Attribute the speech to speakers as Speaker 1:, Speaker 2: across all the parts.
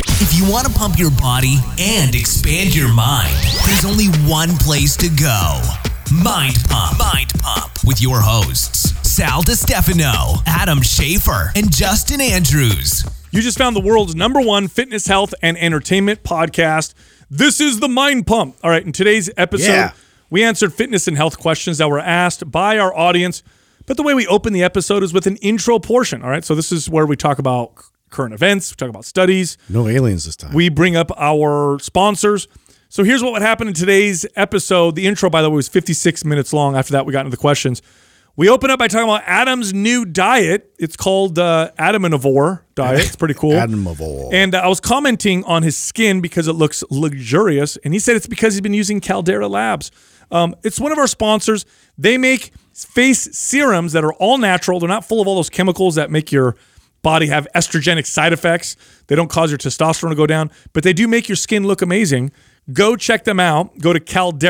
Speaker 1: If you want to pump your body and expand your mind, there's only one place to go Mind Pump. Mind Pump. With your hosts, Sal Stefano, Adam Schaefer, and Justin Andrews.
Speaker 2: You just found the world's number one fitness, health, and entertainment podcast. This is the Mind Pump. All right, in today's episode,
Speaker 3: Yeah.
Speaker 2: we answered fitness and health questions that were asked by our audience. But the way we open the episode is with an intro portion. All right, so this is where we talk about c- current events, we talk about studies,
Speaker 3: No aliens this time.
Speaker 2: we bring up our sponsors. So here's what would happen in today's episode. The intro, by the way, was 56 minutes long. After that, we got into the questions. We open up by talking about Adam's new diet. It's called uh, Adaminivore diet. It's pretty cool.
Speaker 3: Admirable.
Speaker 2: And uh, I was commenting on his skin because it looks luxurious. And he said it's because he's been using Caldera Labs. Um, it's one of our sponsors. They make face serums that are all natural. They're not full of all those chemicals that make your body have estrogenic side effects. They don't cause your testosterone to go down, but they do make your skin look amazing. Go check them out. Go to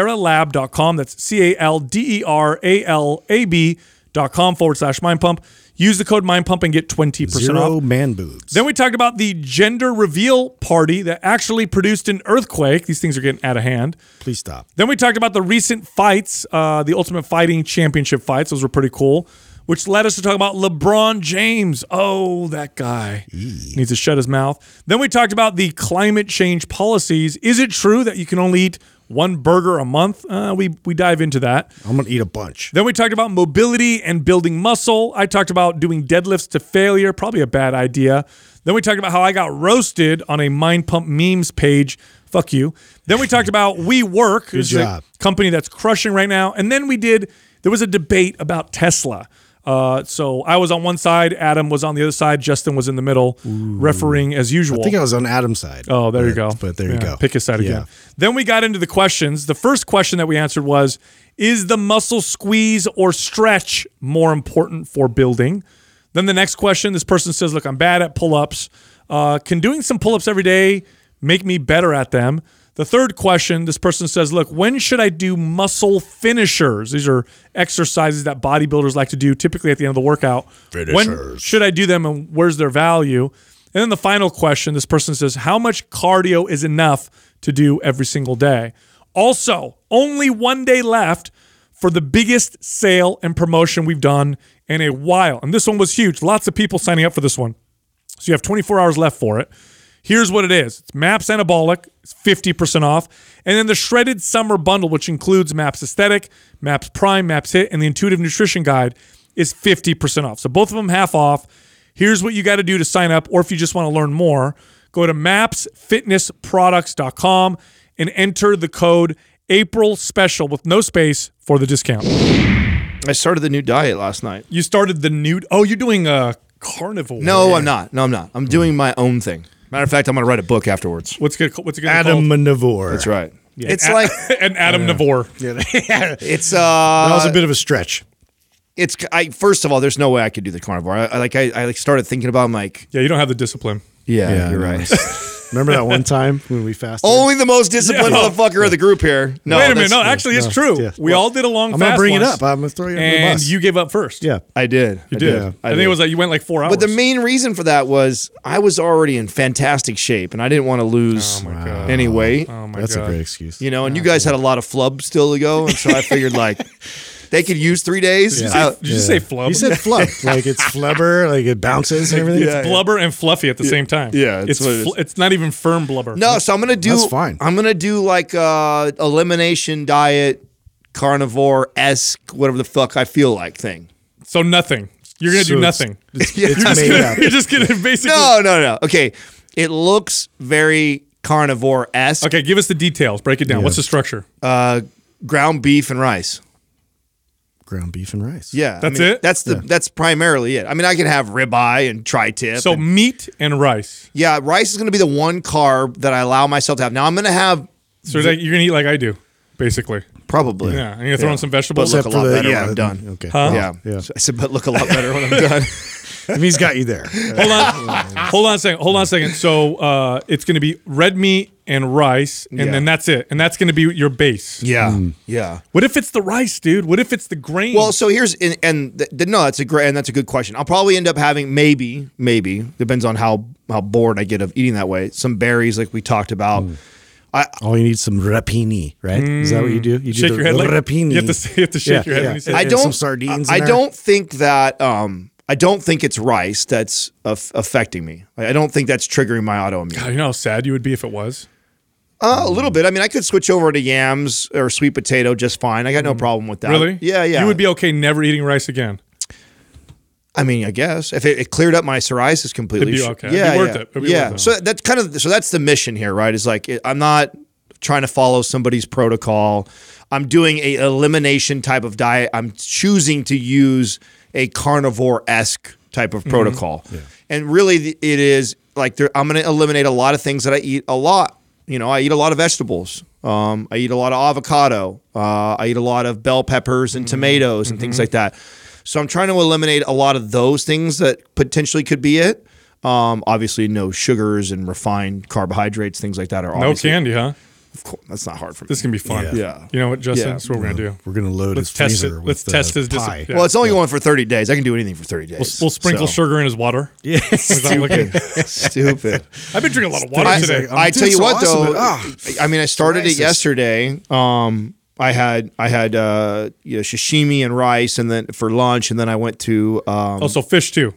Speaker 2: calderalab.com. That's C A L D E R A L A B.com forward slash mind pump. Use the code mind pump and get 20% off.
Speaker 3: Zero man boobs.
Speaker 2: Then we talked about the gender reveal party that actually produced an earthquake. These things are getting out of hand.
Speaker 3: Please stop.
Speaker 2: Then we talked about the recent fights, uh, the Ultimate Fighting Championship fights. Those were pretty cool, which led us to talk about LeBron James. Oh, that guy needs to shut his mouth. Then we talked about the climate change policies. Is it true that you can only eat one burger a month? Uh, we we dive into that.
Speaker 3: I'm gonna eat a bunch.
Speaker 2: Then we talked about mobility and building muscle. I talked about doing deadlifts to failure, probably a bad idea. Then we talked about how I got roasted on a Mind Pump memes page. Fuck you. Then we talked about We Work, who's a
Speaker 3: job.
Speaker 2: company that's crushing right now. And then we did, there was a debate about Tesla. Uh, so I was on one side, Adam was on the other side, Justin was in the middle, refereeing as usual.
Speaker 3: I think I was on Adam's side.
Speaker 2: Oh, there you
Speaker 3: But-
Speaker 2: go.
Speaker 3: But there
Speaker 2: Yeah,
Speaker 3: you go.
Speaker 2: Pick his side
Speaker 3: Yeah.
Speaker 2: again. Then we got into the questions. The first question that we answered was Is the muscle squeeze or stretch more important for building? Then the next question this person says, Look, I'm bad at pull ups. Uh, can doing some pull ups every day make me better at them? The third question this person says, Look, when should I do muscle finishers? These are exercises that bodybuilders like to do typically at the end of the workout. When
Speaker 3: Finishers.
Speaker 2: should I do them and where's their value? And then the final question this person says, How much cardio is enough to do every single day? Also, only one day left for the biggest sale and promotion we've done in a while. And this one was huge. Lots of people signing up for this one. So you have 24 hours left for it. Here's what it is it's MAPS Anabolic, it's 50% off. And then the Shredded Summer Bundle, which includes MAPS Aesthetic, MAPS Prime, MAPS Hit, and the Intuitive Nutrition Guide, is 50% off. So both of them half off. Here's what you got to do to sign up, or if you just want to learn more, go to mapsfitnessproducts.com and enter the code April Special with no space for the discount.
Speaker 4: I started the new diet last night.
Speaker 2: You started the new. Oh, you're doing a carnival.
Speaker 4: No, I'm not. No, I'm not. I'm doing my own thing. Matter of fact, I'm going to write a book afterwards.
Speaker 2: What's good? What's it gonna be called?
Speaker 3: Adamnivore.
Speaker 4: That's right. It's
Speaker 2: A-
Speaker 4: like
Speaker 2: an Adam Navor.
Speaker 4: it's
Speaker 3: That
Speaker 4: uh,
Speaker 3: was a bit of a stretch.
Speaker 4: it's I first of all, there's no way I could do the carnivore. I, I like I, I like started thinking about I'm like
Speaker 2: Yeah, you don't have the discipline.
Speaker 4: yeah,
Speaker 3: Yeah,
Speaker 4: you're
Speaker 3: no.
Speaker 4: right.
Speaker 3: Remember that one time when we fasted?
Speaker 2: Oh,
Speaker 4: Only the most disciplined
Speaker 2: Yeah.
Speaker 4: motherfucker of the group here. No,
Speaker 2: Wait a minute.
Speaker 4: that's-
Speaker 2: No, actually, it's true.
Speaker 3: yeah.
Speaker 2: We all did a long
Speaker 3: I'm
Speaker 2: fast
Speaker 3: gonna bring it
Speaker 2: once,
Speaker 3: up. I'm gonna throw you under the
Speaker 2: and
Speaker 3: bus.
Speaker 2: you gave up first.
Speaker 3: yeah.
Speaker 4: I did.
Speaker 2: You did.
Speaker 3: Yeah,
Speaker 2: I, think it was like you went like four hours.
Speaker 4: But the main reason for that was I was already in fantastic shape, and I didn't want to lose any weight.
Speaker 2: oh my
Speaker 3: That's
Speaker 2: God.
Speaker 3: a great excuse.
Speaker 4: You know, and you guys had a lot of flub still to go, and so I figured like they could use three days. I-
Speaker 2: Did you say flub?
Speaker 3: You said flub. like it's flubber. Like it bounces and everything.
Speaker 4: Yeah.
Speaker 2: blubber and fluffy at the same time.
Speaker 4: yeah,
Speaker 2: it's
Speaker 4: that's what it
Speaker 2: fl- it's not even firm blubber.
Speaker 4: no, so I'm gonna do.
Speaker 3: That's fine.
Speaker 4: I'm gonna do like uh elimination diet, carnivore esque, whatever the fuck I feel like thing.
Speaker 2: so nothing. You're gonna
Speaker 3: So
Speaker 2: do
Speaker 3: it's-
Speaker 2: nothing.
Speaker 3: It's made up.
Speaker 2: You're just gonna basically.
Speaker 4: No, no, no. Okay, it looks very carnivore esque.
Speaker 2: Okay, give us the details. Break it down. What's the structure?
Speaker 4: Uh, ground beef and rice.
Speaker 3: Ground beef and rice.
Speaker 4: Yeah, I
Speaker 2: That's
Speaker 4: mean,
Speaker 2: it?
Speaker 4: That's the that's primarily it. I mean, I can have ribeye and tri-tip.
Speaker 2: so
Speaker 4: and-
Speaker 2: meat and rice.
Speaker 4: yeah, rice is going to be the one carb that I allow myself to have. Now I'm going to have
Speaker 2: So like, you're gonna eat like I do, basically.
Speaker 4: probably.
Speaker 2: Yeah, I'm gonna throw in some vegetables.
Speaker 4: But look-
Speaker 3: Except
Speaker 4: a lot
Speaker 3: for the-
Speaker 4: better when I'm done.
Speaker 3: Okay.
Speaker 2: Huh?
Speaker 4: Yeah.
Speaker 3: Yeah.
Speaker 4: I said, but look a lot better when I'm done.
Speaker 3: I mean, he's got you there.
Speaker 2: Hold on, hold on a second. Hold on a second. So uh, it's going to be red meat and rice, and then that's it, and that's going to be your base.
Speaker 4: Yeah. Mm. Yeah.
Speaker 2: What if it's the rice, dude? What if it's the grain?
Speaker 4: Well, so here's and, and th- th- no, that's a great and that's a good question. I'll probably end up having maybe, maybe depends on how how bored I get of eating that way. Some berries, like we talked about.
Speaker 3: Mm. Oh, you need some rapini, right? Is that what you do? You do
Speaker 2: shake
Speaker 3: the
Speaker 2: your head like
Speaker 3: rapini.
Speaker 2: you have to, you have to shake
Speaker 3: Yeah,
Speaker 2: your head.
Speaker 3: yeah.
Speaker 2: When you say
Speaker 3: I
Speaker 2: that.
Speaker 4: I
Speaker 3: and
Speaker 4: don't
Speaker 3: some sardines
Speaker 4: I,
Speaker 3: in
Speaker 4: I
Speaker 3: there.
Speaker 4: don't think that. Um, I don't think it's rice that's aff- affecting me. I I don't think that's triggering my autoimmune.
Speaker 2: God, you know how sad you would be if it was.
Speaker 3: Oh.
Speaker 4: Uh, a little bit. I mean, I could switch over to yams or sweet potato just fine. I got
Speaker 3: Mm.
Speaker 4: no problem with that.
Speaker 2: Really?
Speaker 4: Yeah, yeah.
Speaker 2: You would be okay never eating rice again.
Speaker 4: I mean, I guess if it, it cleared up my psoriasis completely,
Speaker 2: It'd be
Speaker 4: sh-
Speaker 2: okay. It'd
Speaker 4: Yeah,
Speaker 2: be worth
Speaker 4: yeah,
Speaker 2: it. It'd be
Speaker 4: yeah.
Speaker 2: worth it.
Speaker 4: So that's kind of so that's the mission here, right? Is like it, I'm not trying to follow somebody's protocol. I'm doing a elimination type of diet. I'm choosing to use a carnivore esque type of protocol, and really th- it is like there, I'm going to eliminate a lot of things that I eat a lot. You know, I eat a lot of vegetables. Um, I eat a lot of avocado. Uh, I eat a lot of bell peppers and tomatoes and things like that. So I'm trying to eliminate a lot of those things that potentially could be it. Um, obviously, no sugars and refined carbohydrates, things like that are
Speaker 2: No
Speaker 4: obviously.
Speaker 2: candy, huh?
Speaker 4: Of course, that's not hard for me.
Speaker 2: This can be fun.
Speaker 3: Yeah.
Speaker 4: Yeah.
Speaker 2: You know what, Justin?
Speaker 4: Yeah.
Speaker 2: That's what we're gonna do.
Speaker 3: We're gonna load
Speaker 2: Let's
Speaker 3: his
Speaker 2: test
Speaker 3: freezer
Speaker 2: it.
Speaker 3: with
Speaker 2: Let's
Speaker 3: the
Speaker 2: test his
Speaker 3: pie.
Speaker 2: discipline.
Speaker 4: well, it's only going for 30 days. I can do anything for 30 days.
Speaker 2: We'll, we'll sprinkle
Speaker 4: So-
Speaker 2: sugar in his water. Yeah.
Speaker 4: Stupid.
Speaker 2: I've been drinking a lot of water
Speaker 4: I,
Speaker 2: today.
Speaker 3: like, I'm
Speaker 4: I tell
Speaker 3: doing
Speaker 4: you
Speaker 3: so
Speaker 4: what,
Speaker 3: awesome,
Speaker 4: though.
Speaker 3: but, ah,
Speaker 4: I mean, I started it
Speaker 3: psoriasis.
Speaker 4: yesterday. Um, I had I had uh, you know, sashimi and rice, and then for lunch, and then I went to um,
Speaker 2: also, Oh, fish too.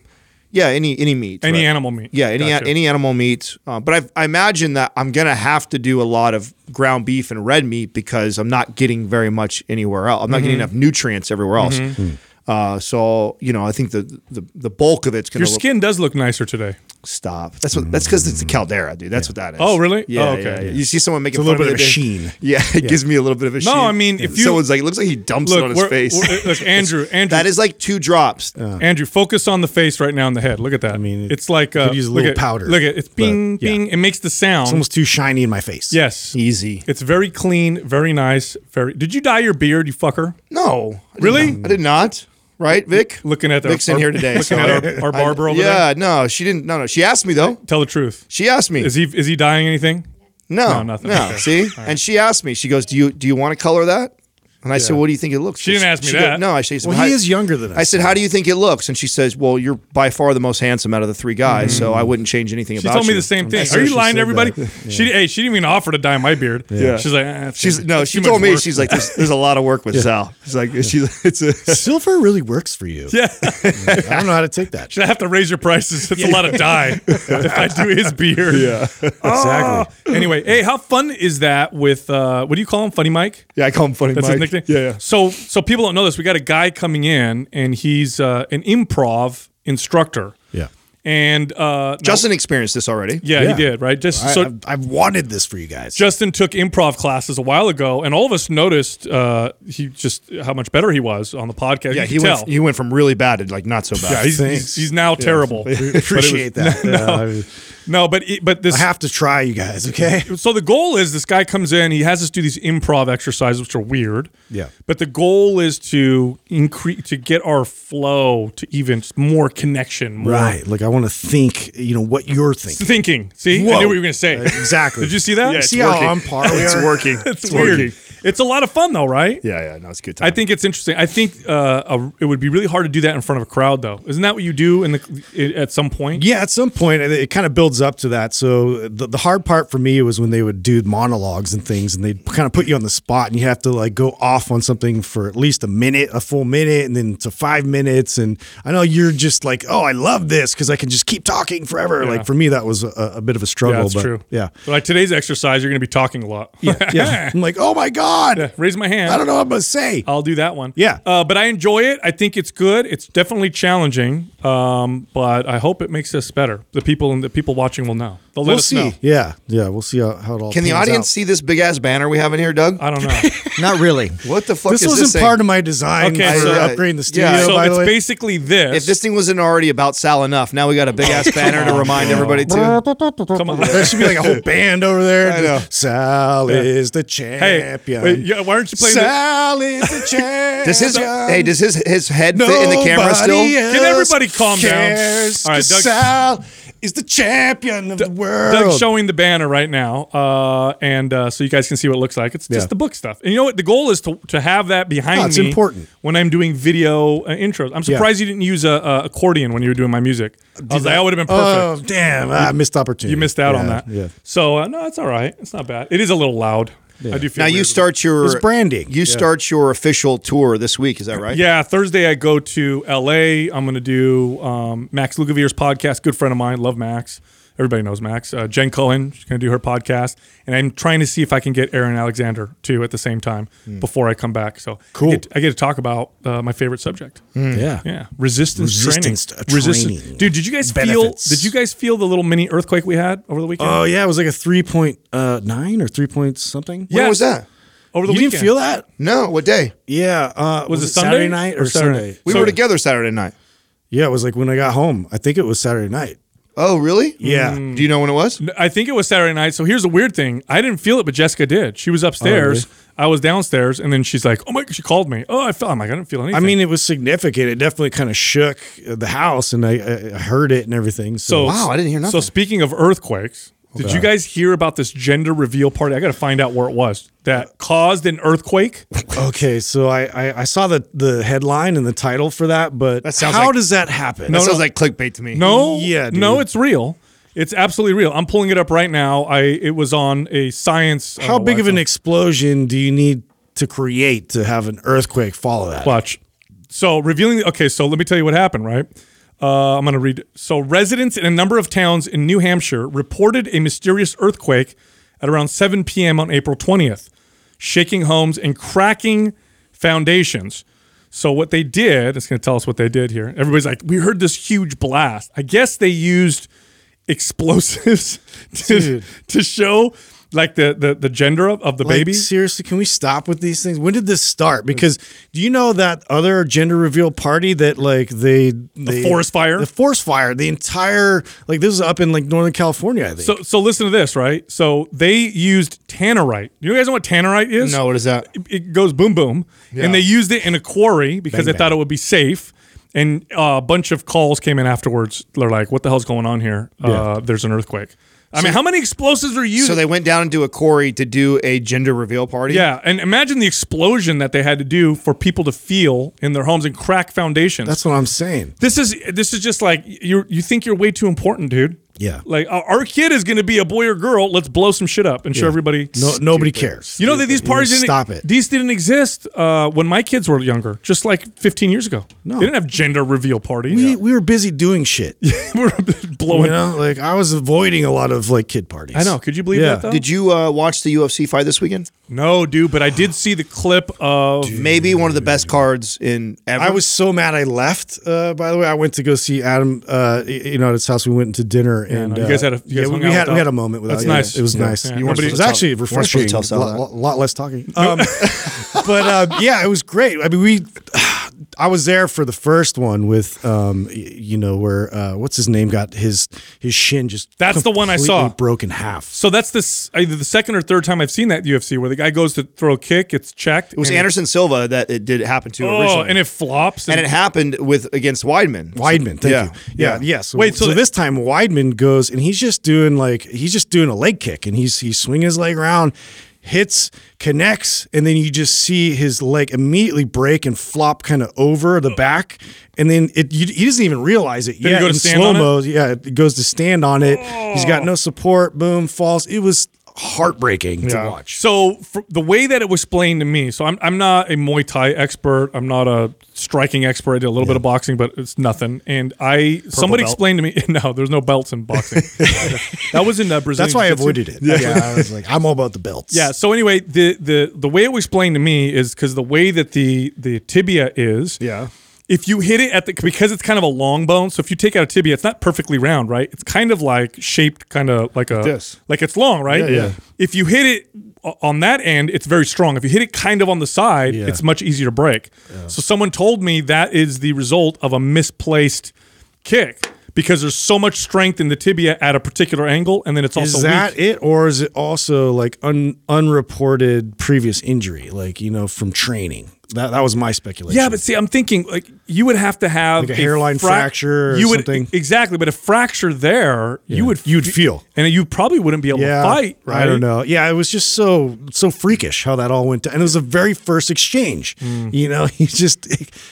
Speaker 4: yeah, any any meat,
Speaker 2: Any
Speaker 4: right?
Speaker 2: animal meat.
Speaker 4: Yeah, any
Speaker 2: Gotcha.
Speaker 4: any animal meat. Uh, but I've, I imagine that I'm gonna have to do a lot of ground beef and red meat because I'm not getting very much anywhere else. I'm not
Speaker 2: Mm-hmm.
Speaker 4: getting enough nutrients everywhere else.
Speaker 3: Hmm.
Speaker 4: Uh, so you know, I think the the, the bulk of it's gonna
Speaker 2: Your
Speaker 4: look-
Speaker 2: skin does look nicer today.
Speaker 4: stop. That's what that's because it's the caldera, dude. That's what that is.
Speaker 2: Oh, really?
Speaker 4: Yeah.
Speaker 2: Oh,
Speaker 4: okay.
Speaker 2: okay.
Speaker 4: You see someone making
Speaker 3: Mm. a little
Speaker 4: fun
Speaker 3: bit
Speaker 4: of
Speaker 3: of a
Speaker 4: it,
Speaker 3: sheen.
Speaker 4: Yeah, it gives me a little bit of a
Speaker 2: No,
Speaker 4: sheen.
Speaker 2: I mean, if you-
Speaker 4: someone's like, it looks like he dumps it on his
Speaker 2: we're-
Speaker 4: face.
Speaker 2: we're- look, Andrew, Andrew,
Speaker 4: that is like two drops.
Speaker 2: Andrew, focus on the face right now in the head. Look at that. I
Speaker 3: mean, it-
Speaker 2: it's like uh,
Speaker 3: could use a
Speaker 2: look
Speaker 3: little
Speaker 2: at-
Speaker 3: powder,
Speaker 2: Look at it's
Speaker 3: but,
Speaker 2: bing,
Speaker 3: yeah.
Speaker 2: bing. It makes the sound.
Speaker 3: It's almost too shiny in my face.
Speaker 2: yes,
Speaker 4: Easy.
Speaker 2: it's very clean, very nice. Very. Did you dye your beard, you fucker?
Speaker 4: No, I did
Speaker 2: Really?
Speaker 4: not. I did not. Right, Vic?
Speaker 2: Looking at our-
Speaker 4: Vic's in
Speaker 2: our-
Speaker 4: here today.
Speaker 2: looking
Speaker 4: so-
Speaker 2: at our- our
Speaker 4: I-
Speaker 2: barber over
Speaker 4: yeah, no, she didn't. No, no, she asked me though.
Speaker 2: Tell the truth.
Speaker 4: She asked me.
Speaker 2: Is he is he dying anything?
Speaker 4: no,
Speaker 2: No,
Speaker 4: no,
Speaker 2: nothing. Okay.
Speaker 4: See, and she asked me. She goes, "Do you do you want to color that?" And I said, "What do you think it looks?"
Speaker 2: She didn't ask me
Speaker 4: goes-
Speaker 2: that.
Speaker 4: no, I said,
Speaker 3: Well,
Speaker 4: "How-
Speaker 3: he is younger than us.
Speaker 4: I said, "How do you think it looks?" And she says, "Well, you're by far the most handsome out of the three guys, so I wouldn't change anything
Speaker 2: Mm-hmm. She
Speaker 4: about
Speaker 2: told me
Speaker 4: you."
Speaker 2: the same thing.
Speaker 3: sure
Speaker 2: Are you
Speaker 3: she
Speaker 2: lying to
Speaker 3: said
Speaker 2: everybody?
Speaker 3: that.
Speaker 2: She hey, she didn't even offer to dye my beard.
Speaker 4: Yeah.
Speaker 2: She's like, eh, it's
Speaker 4: She's
Speaker 2: too-
Speaker 4: no.
Speaker 2: it's
Speaker 4: She
Speaker 2: too much
Speaker 4: told me
Speaker 2: work.
Speaker 4: she's like, "There's, there's a lot of work with Sal." She's like, "She's it's a."
Speaker 3: Silver really works for you.
Speaker 2: Yeah.
Speaker 3: I don't know how to take that.
Speaker 2: Should I have to raise your prices? It's a lot of dye if I do his beard. Yeah.
Speaker 3: exactly.
Speaker 2: Anyway, hey, how fun is that with uh what do you call him? Funny Mike?
Speaker 4: Yeah, I call him funny.
Speaker 2: That's
Speaker 4: Mike.
Speaker 2: his nickname.
Speaker 4: Yeah, yeah.
Speaker 2: So so people don't know this. We got a guy coming in and he's uh an improv instructor.
Speaker 3: Yeah.
Speaker 2: And uh
Speaker 4: Justin experienced this already.
Speaker 2: yeah,
Speaker 3: Yeah.
Speaker 2: he did, right? Just
Speaker 3: I,
Speaker 2: so
Speaker 3: I've, I've wanted this for you guys.
Speaker 2: Justin took improv classes a while ago, and all of us noticed uh, he just how much better he was on the podcast. You
Speaker 4: Yeah,
Speaker 2: could
Speaker 4: he went.
Speaker 2: tell.
Speaker 4: He went from really bad to like not so bad.
Speaker 2: yeah, he's, he's,
Speaker 3: Thanks.
Speaker 2: he's now terrible. But it was-
Speaker 3: Appreciate that. Yeah,
Speaker 2: No, but it- but
Speaker 3: I
Speaker 2: this.
Speaker 3: have to try you guys, okay?
Speaker 2: So the goal is this guy comes in, he has us do these improv exercises, which are weird.
Speaker 3: Yeah.
Speaker 2: But the goal is to increase to get our flow to even more connection, more
Speaker 3: Right. Like I want to think, you know, what you're thinking.
Speaker 2: thinking. See, I
Speaker 3: Whoa.
Speaker 2: knew what you were going to say.
Speaker 3: Exactly.
Speaker 2: Did you see that?
Speaker 4: Yeah, it's
Speaker 3: See how
Speaker 4: working.
Speaker 3: on par we
Speaker 4: It's
Speaker 3: are?
Speaker 4: working.
Speaker 2: it's, weird. It's a lot of fun though, right?
Speaker 4: Yeah, yeah. No, it's a good time.
Speaker 2: I think it's interesting. I think uh, a, it would be really hard to do that in front of a crowd, though. Isn't that what you do in the i at some point?
Speaker 3: Yeah, at some point it, it kind of builds up to that. So the, the hard part for me was when they would do monologues and things, and they would kind of put you on the spot, and you have to like go off on something for at least a minute, a full minute, and then to five minutes. And I know you're just like, oh, I love this because I can just keep talking forever. Like for me, that was a, a bit of a struggle.
Speaker 2: Yeah, that's
Speaker 3: but
Speaker 2: true.
Speaker 3: Yeah,
Speaker 2: But like today's exercise, you're going to be talking a lot.
Speaker 3: yeah, yeah. I'm like, oh my god,
Speaker 2: Raise my hand.
Speaker 3: I don't know what I'm gonna say.
Speaker 2: I'll do that one.
Speaker 3: Yeah.
Speaker 2: Uh, but I enjoy it. I think it's good. It's definitely challenging. Um, but I hope it makes us better. The people and the people watching will know. They'll let
Speaker 3: we'll
Speaker 2: us
Speaker 3: see.
Speaker 2: know.
Speaker 3: Yeah, yeah, we'll see how, how it all.
Speaker 4: Can the
Speaker 3: pans
Speaker 4: audience
Speaker 3: out.
Speaker 4: see this big ass banner we have in here, Doug?
Speaker 2: I don't know.
Speaker 3: Not really.
Speaker 4: What the fuck
Speaker 3: This
Speaker 4: is
Speaker 3: wasn't
Speaker 4: this
Speaker 3: part
Speaker 4: thing?
Speaker 3: of my design
Speaker 2: Okay,
Speaker 3: for
Speaker 2: so-
Speaker 3: upgrading the studio.
Speaker 4: Yeah,
Speaker 2: so
Speaker 3: by
Speaker 2: it's
Speaker 3: the way.
Speaker 2: basically this.
Speaker 4: If this thing wasn't already about Sal enough, now we got a big ass banner to remind everybody to.
Speaker 2: Come on.
Speaker 3: There should be like a whole band over there. Sal is the
Speaker 2: Hey,
Speaker 3: champion.
Speaker 2: Wait, yeah, why aren't you playing? The,
Speaker 3: Sally's the champion.
Speaker 4: Does his uh, hey? Does his his head fit in the camera still?
Speaker 2: Can everybody calm down? All right, Doug-
Speaker 3: Sal is the champion of the world.
Speaker 2: Doug's showing the banner right now, uh, and uh, so you guys can see what it looks like. It's just
Speaker 3: Yeah.
Speaker 2: the book stuff. And you know what? The goal is to, to have that behind
Speaker 3: No, it's
Speaker 2: me
Speaker 3: important.
Speaker 2: when I'm doing video uh, intros. I'm surprised you didn't use a, a accordion when you were doing my music. I was like, that would have been perfect.
Speaker 3: Oh damn! I missed opportunity.
Speaker 2: You missed out on
Speaker 3: Yeah,
Speaker 2: that.
Speaker 3: Yeah.
Speaker 2: So uh, no, it's all right. It's not bad. It is a little loud. I do feel
Speaker 4: Now
Speaker 2: weird with
Speaker 4: you
Speaker 2: it.
Speaker 4: start your
Speaker 3: It's branding.
Speaker 4: You
Speaker 3: Yeah.
Speaker 4: start your official tour this week. Is that right?
Speaker 2: Yeah, Thursday I go to LA. I'm going to do um, Max Lugavere's podcast. Good friend of mine, love Max. Everybody knows Max. Uh, Jen Cohen, she's going to do her podcast, and I'm trying to see if I can get Aaron Alexander too at the same time before I come back. So
Speaker 3: Hmm. Cool.
Speaker 2: I get, I get to talk about uh, my favorite subject.
Speaker 3: Yeah.
Speaker 2: Yeah, resistance,
Speaker 3: Resistance
Speaker 2: training.
Speaker 3: t-
Speaker 2: Resistance-
Speaker 3: training.
Speaker 2: Dude, did you guys
Speaker 3: Benefits.
Speaker 2: feel? Did you guys feel the little mini earthquake we had over the weekend?
Speaker 3: Oh yeah, it was like a three point uh, nine or three point something.
Speaker 4: When
Speaker 2: Yes.
Speaker 4: was that?
Speaker 2: over the
Speaker 3: You
Speaker 2: weekend,
Speaker 3: didn't feel that?
Speaker 4: No. What day?
Speaker 3: Yeah. Uh,
Speaker 2: Was it Sunday
Speaker 3: Saturday night
Speaker 2: or
Speaker 3: or,
Speaker 2: Saturday?
Speaker 3: Sunday?
Speaker 4: We
Speaker 2: So-
Speaker 4: were together Saturday night.
Speaker 3: Yeah, it was like when I got home. I think it was Saturday night.
Speaker 4: Oh, really?
Speaker 3: Yeah.
Speaker 4: Do you know when it was?
Speaker 2: I think it was Saturday night. So here's the weird thing: I didn't feel it, but Jessica did. She was
Speaker 3: Oh,
Speaker 2: upstairs, I was downstairs, and then she's like, "Oh my!" She called me. Oh, I felt. I'm like, I didn't feel anything.
Speaker 3: I mean, it was significant. It definitely kind of shook uh, the house, and I, I I heard it and everything.
Speaker 2: so
Speaker 3: So,
Speaker 4: Wow, I didn't hear
Speaker 2: So
Speaker 4: nothing.
Speaker 2: speaking of earthquakes, did you guys hear about this gender reveal party? I got to find out where it was that caused an earthquake.
Speaker 3: okay, so I, I I saw the the headline and the title for that, but
Speaker 4: sounds
Speaker 3: how
Speaker 4: like-
Speaker 3: does that happen?
Speaker 4: That sounds like clickbait to me.
Speaker 2: No,
Speaker 3: Yeah, dude.
Speaker 2: no, it's real. It's absolutely real. I'm pulling it up right now. I it was on a science. uh, I don't
Speaker 3: how
Speaker 2: know
Speaker 3: big
Speaker 2: why
Speaker 3: of
Speaker 2: it's
Speaker 3: an
Speaker 2: on-
Speaker 3: explosion do you need to create to have an earthquake follow that?
Speaker 2: Watch. So revealing. Okay, so let me tell you what happened. Right. Uh, I'm going to read. So residents in a number of towns in New Hampshire reported a mysterious earthquake at around 7 p.m. on April 20th, shaking homes and cracking foundations. So what they did, it's going to tell us what they did here. Everybody's like, we heard this huge blast. I guess they used explosives to, to show like the the, the gender of, of the
Speaker 3: Like,
Speaker 2: baby.
Speaker 3: seriously, can we stop with these things? When did this start? Because do you know that other gender reveal party that like they, they
Speaker 2: forest fire?
Speaker 3: the forest fire, the entire like this is up in like Northern California, I think.
Speaker 2: So, so listen to this, right? So they used tannerite. You guys know what tannerite is?
Speaker 4: No. What is that?
Speaker 2: It- It goes boom boom, and they used it in a quarry because they
Speaker 3: Bang,
Speaker 2: thought it would be safe. And uh, a bunch of calls came in afterwards. They're like, "What the hell's going on here? Uh, there's an earthquake." I mean, how many explosives are used?
Speaker 4: So they went down into a quarry to do a gender reveal party.
Speaker 2: yeah, and imagine the explosion that they had to do for people to feel in their homes and crack foundations.
Speaker 3: That's what I'm saying.
Speaker 2: this is this is just like you you think you're way too important, dude.
Speaker 3: Yeah.
Speaker 2: Like our, our kid is going to be a boy or girl. Let's blow some shit up and show everybody.
Speaker 3: No, nobody cares.
Speaker 2: You know that these parties didn't
Speaker 3: stop it.
Speaker 2: These didn't exist uh, when my kids were younger, just like 15 years ago.
Speaker 3: No.
Speaker 2: they didn't have gender reveal parties.
Speaker 3: we, we were busy doing shit. You
Speaker 2: We were blowing.
Speaker 3: know, like I was avoiding a lot of like kid parties.
Speaker 2: I know. Could you believe
Speaker 3: Yeah.
Speaker 2: that? Though?
Speaker 4: Did you uh, watch the UFC fight this weekend?
Speaker 2: no, dude. But I did see the clip of.
Speaker 4: Maybe one of the best cards in ever.
Speaker 3: I was so mad I left. Uh, by the way, I went to go see Adam. Uh, y- you know, at his house. We went to dinner, and
Speaker 2: no, you
Speaker 3: uh,
Speaker 2: guys had a- you guys
Speaker 3: yeah, we,
Speaker 2: hung
Speaker 3: we
Speaker 2: out
Speaker 3: had
Speaker 2: without-
Speaker 3: we had a moment without.
Speaker 2: That's
Speaker 3: yeah,
Speaker 2: nice.
Speaker 3: It was
Speaker 2: Yeah.
Speaker 3: nice.
Speaker 2: Yeah.
Speaker 3: It
Speaker 2: Nobody-
Speaker 3: was actually
Speaker 4: weren't supposed to
Speaker 3: refreshing.
Speaker 4: tell
Speaker 3: A
Speaker 4: Sal
Speaker 3: lot, lot less talking. Um, but uh, yeah, it was great. I mean, we. I was there for the first one with, um, y- you know, where uh, what's his name got his his shin just
Speaker 2: That's the one I
Speaker 3: completely
Speaker 2: saw.
Speaker 3: broken half.
Speaker 2: So that's this either the second or third time I've seen that UFC where the guy goes to throw a kick, it's checked.
Speaker 4: it was Anderson Silva that it did happen to
Speaker 2: Oh,
Speaker 4: originally,
Speaker 2: and it flops.
Speaker 4: and it happened with against Weidman.
Speaker 3: Weidman, thank
Speaker 4: Yeah.
Speaker 3: you. Yeah, yeah. So,
Speaker 2: Wait,
Speaker 3: Wait,
Speaker 2: so
Speaker 3: so,
Speaker 2: the-
Speaker 3: this time Weidman goes and he's just doing like he's just doing a leg kick and he's he's swinging his leg around, hits, connects, and then you just see his leg immediately break and flop kind of over the back, and then it you, he doesn't even realize it.
Speaker 2: he
Speaker 3: yet
Speaker 2: go to
Speaker 3: in
Speaker 2: stand on it?
Speaker 3: slow-mo, Yeah, it goes to stand on it. He's got no support. Boom, falls. It was heartbreaking to watch.
Speaker 2: So fr the way that it was explained to me, so I'm, I'm not a Muay Thai expert. I'm not a striking expert. I did a little bit of boxing, but it's nothing. And I somebody
Speaker 4: belt.
Speaker 2: explained to me, no, there's no belts in boxing. that was in uh, Brazil.
Speaker 3: That's why I avoided it. Yeah. I was like, I'm all about the belts.
Speaker 2: Yeah. So anyway, the the the way it was explained to me is because the way that the the tibia is,
Speaker 3: yeah.
Speaker 2: if you hit it at the because it's kind of a long bone. So if you take out a tibia, it's not perfectly round, right? It's kind of like shaped, kind of like a
Speaker 4: This.
Speaker 2: like it's long, right?
Speaker 3: Yeah, yeah.
Speaker 2: If you hit it o- on that end, it's very strong. If you hit it kind of on the side,
Speaker 3: Yeah.
Speaker 2: it's much easier to break. So someone told me that is the result of a misplaced kick because there's so much strength in the tibia at a particular angle, and then it's also
Speaker 3: Is that
Speaker 2: weak.
Speaker 3: it, or is it also like un, unreported previous injury, like you know from training? That that was my speculation.
Speaker 2: Yeah, but see, I'm thinking like you would have to have
Speaker 3: Like a hairline fracture or
Speaker 2: you would,
Speaker 3: something?
Speaker 2: Exactly, but a fracture there, you would
Speaker 3: You'd feel.
Speaker 2: and you probably wouldn't be able to
Speaker 3: yeah,
Speaker 2: fight. Right?
Speaker 3: I don't know. Yeah, it was just so so freakish how that all went down. And it was the very first exchange.
Speaker 4: Mm.
Speaker 3: You know, he just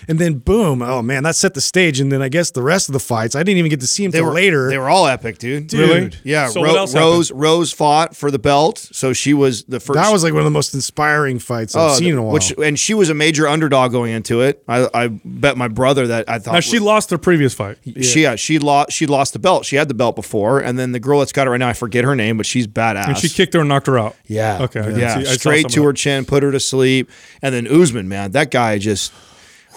Speaker 3: and then boom. Oh man, that set the stage. And then I guess the rest of the fights, I didn't even get to see him
Speaker 4: They
Speaker 3: till
Speaker 4: were
Speaker 3: later.
Speaker 4: They were all epic, dude.
Speaker 2: Really?
Speaker 4: Yeah.
Speaker 2: So
Speaker 4: Ro-
Speaker 2: what else
Speaker 4: Rose Rose fought for the belt, so she was the first.
Speaker 3: that was like one of the most inspiring fights I've
Speaker 4: Oh,
Speaker 3: seen in a while.
Speaker 4: Which and she was a major underdog going into it. I, I bet my brother that I thought
Speaker 2: Now she lost her previous fight.
Speaker 4: she yeah, she lost she lost the belt. She had the belt before, and then the girl that's got it right now, I forget her name, but she's badass.
Speaker 2: And she kicked her and knocked her out.
Speaker 4: Yeah.
Speaker 2: Okay. I did see-
Speaker 4: Yeah.
Speaker 2: I saw some
Speaker 4: Straight
Speaker 2: of
Speaker 4: to
Speaker 2: that.
Speaker 4: her chin, put her to sleep, and then Usman, man, that guy just.